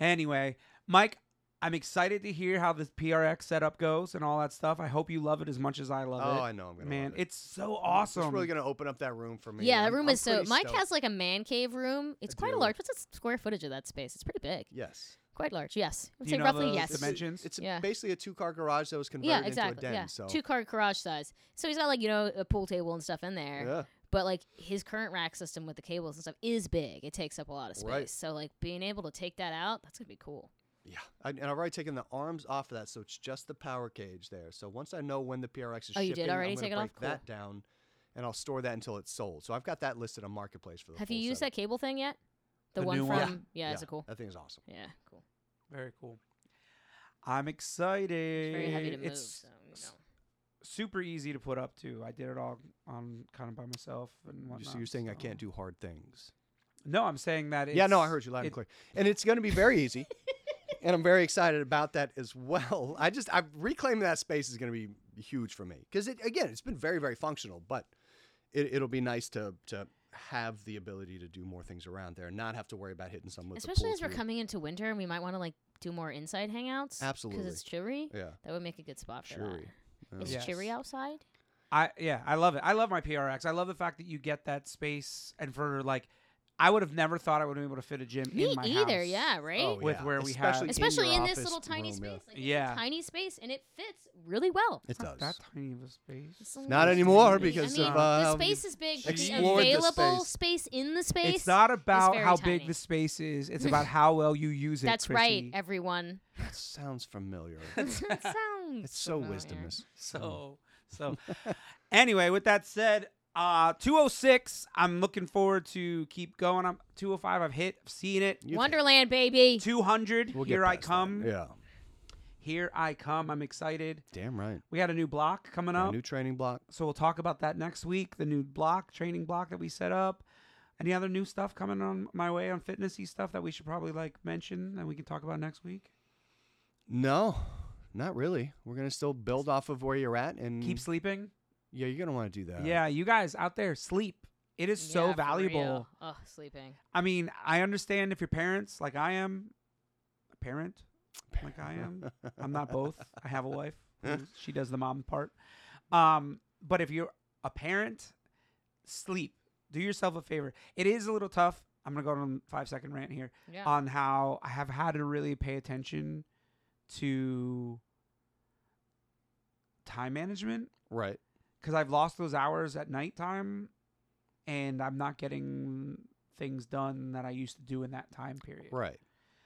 B: anyway mike i'm excited to hear how this prx setup goes and all that stuff i hope you love it as much as i
A: Oh,
B: love it
A: I know. I'm gonna.
B: man
A: love it.
B: it's so awesome
A: It's really gonna open up that room for me.
C: yeah,
A: I'm-
C: that room
A: I'm
C: is so.
A: pretty
C: Mike
A: stoked.
C: has like a man cave room. It's
A: I
C: quite a
A: do.
C: large. What's the square footage of that space? It's pretty big.
A: Yes.
C: Quite large. Yes, I would
B: Do
C: say
B: you know
C: roughly
B: the
C: yes.
A: It's-
B: dimensions?
A: It's
C: Yeah.
A: basically a two-car garage that was converted
C: Yeah, exactly.
A: into a den.
C: yeah,
A: So.
C: two car garage size. So he's got like you know a pool table and stuff in there.
A: yeah.
C: But like his current rack system with the cables and stuff is big. It takes up a lot of space.
A: Right.
C: So like being able to take that out, that's gonna be cool.
A: Yeah, I, and I've already taken the arms off of that, so it's just the power cage there. So once I know when the PRX is
C: Oh, you did
A: shipping,
C: already
A: I'm gonna
C: take it
A: break
C: off? Cool.
A: that down, and I'll store that until it's sold. So I've got that listed on marketplace for the.
C: Have you used that cable thing yet? The,
B: The
C: one
B: new
C: from
B: one? Yeah.
C: yeah, it's a cool.
A: That thing is awesome.
C: Yeah, cool.
B: very cool i'm excited
C: It's very heavy to move.
B: Eh, It's-
C: so
B: s-
C: you know.
B: super easy to put up too. I did it all on kind of by myself and whatnot.
A: You, so you're saying I
B: so-
A: can't do hard things?
B: No, I'm saying that. It's,
A: yeah, no, I heard you loud
B: it-
A: and clear, and it's going to be very easy, and I'm very excited about that as well. I just I reclaiming that space is going to be huge for me because it again it's been very very functional, but it, it'll be nice to to have the ability to do more things around there and not have to worry about hitting someone. With
C: Especially
A: the
C: as we're
A: pull-through.
C: coming into winter, and we might want to like do more inside hangouts.
A: Absolutely.
C: Because it's chilly.
A: Yeah.
C: That would make a good spot for
A: Chilly.
C: that.
A: Yeah.
C: It's
B: Yes.
C: chilly outside.
B: I yeah, I love it. I love my PRX. I love the fact that you get that space and for like I would have never thought I would have been able to fit a gym
C: Me
B: in my
C: either.
B: house.
C: Yeah. Right.
A: Oh,
B: With
A: yeah.
B: where we have-
A: Especially
C: Especially
A: your
C: in, this
A: office
C: little tiny space.
A: room,
C: Like,
A: yeah.
C: it's a
B: Yeah.
C: tiny space, and it fits really well.
A: It
B: Not
A: does.
B: that tiny of a space.
C: It's a little
A: Not
C: tiny
A: anymore
C: space.
A: because
C: I mean,
A: of,
C: the
A: uh,
C: space is big, but the
B: explored the
C: available
A: space.
C: space. in the space.
B: It's not about
C: very
B: how big
C: tiny.
B: the space is. It's about how well you use it.
C: That's right,
B: Chrissy.
C: everyone.
A: That sounds familiar.
C: it sounds
A: It's so
C: familiar.
A: wisdomous.
B: So
A: Hmm.
B: so anyway, with that said, uh 206, I'm looking forward to keep going. I'm 205, I've hit, I've seen it.
A: You-
C: Wonderland, baby.
B: 200,
A: We'll get
B: here I
A: past that.
B: come.
A: Yeah.
B: Here I come. I'm excited.
A: Damn right.
B: We got a new block coming
A: Got a
B: up.
A: new training block.
B: So we'll talk about that next week. The new block training block that we set up. Any other new stuff coming on my way on fitnessy stuff that we should probably like mention and we can talk about next week.
A: No, not really. We're gonna still build off of where you're at and
B: Keep sleeping.
A: Hmm. Yeah, you're gonna want to do that.
B: Yeah. you guys out there, sleep. It is
C: Yeah,
B: so
C: for
B: valuable.
C: real. Ugh, sleeping.
B: I mean, I understand if you're parents, like I am, a parent, like I am. I'm not both. I have a wife. who's- She does the mom part. Um, but if you're a parent, sleep. Do yourself a favor. It is a little tough. I'm gonna go on a five second rant here
C: Yeah.
B: on how I have had to really pay attention to time management
A: Right.
B: because I've lost those hours at nighttime, and I'm not getting things done that I used to do in that time period.
A: Right.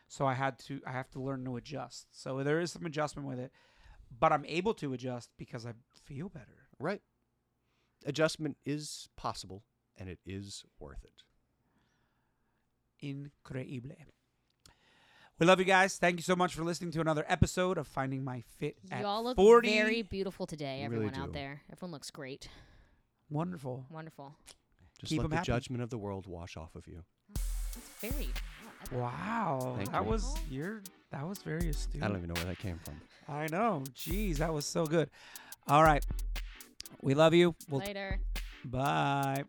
B: So I had to I have to learn to adjust. So there is some adjustment with it, but I'm able to adjust because I feel better.
A: Right. Adjustment is possible and it is worth it.
B: Increíble. We love you guys. Thank you so much for listening to another episode of Finding My Fit at
C: Y'all look
B: 40.
C: very beautiful today,
A: You really
C: everyone out
A: do.
C: there. Everyone looks great.
B: Wonderful.
C: Wonderful.
A: Just
B: Keep
A: let
B: 'em
A: the
B: happy.
A: judgment of the world wash off of you.
C: It's very. wow, that's
B: Wow,
A: Thank
B: that
A: you.
B: was your that was very astute.
A: I don't even know where that came from.
B: I know. Jeez, that was so good. All right. We love you. We'll
C: Later.
B: bye.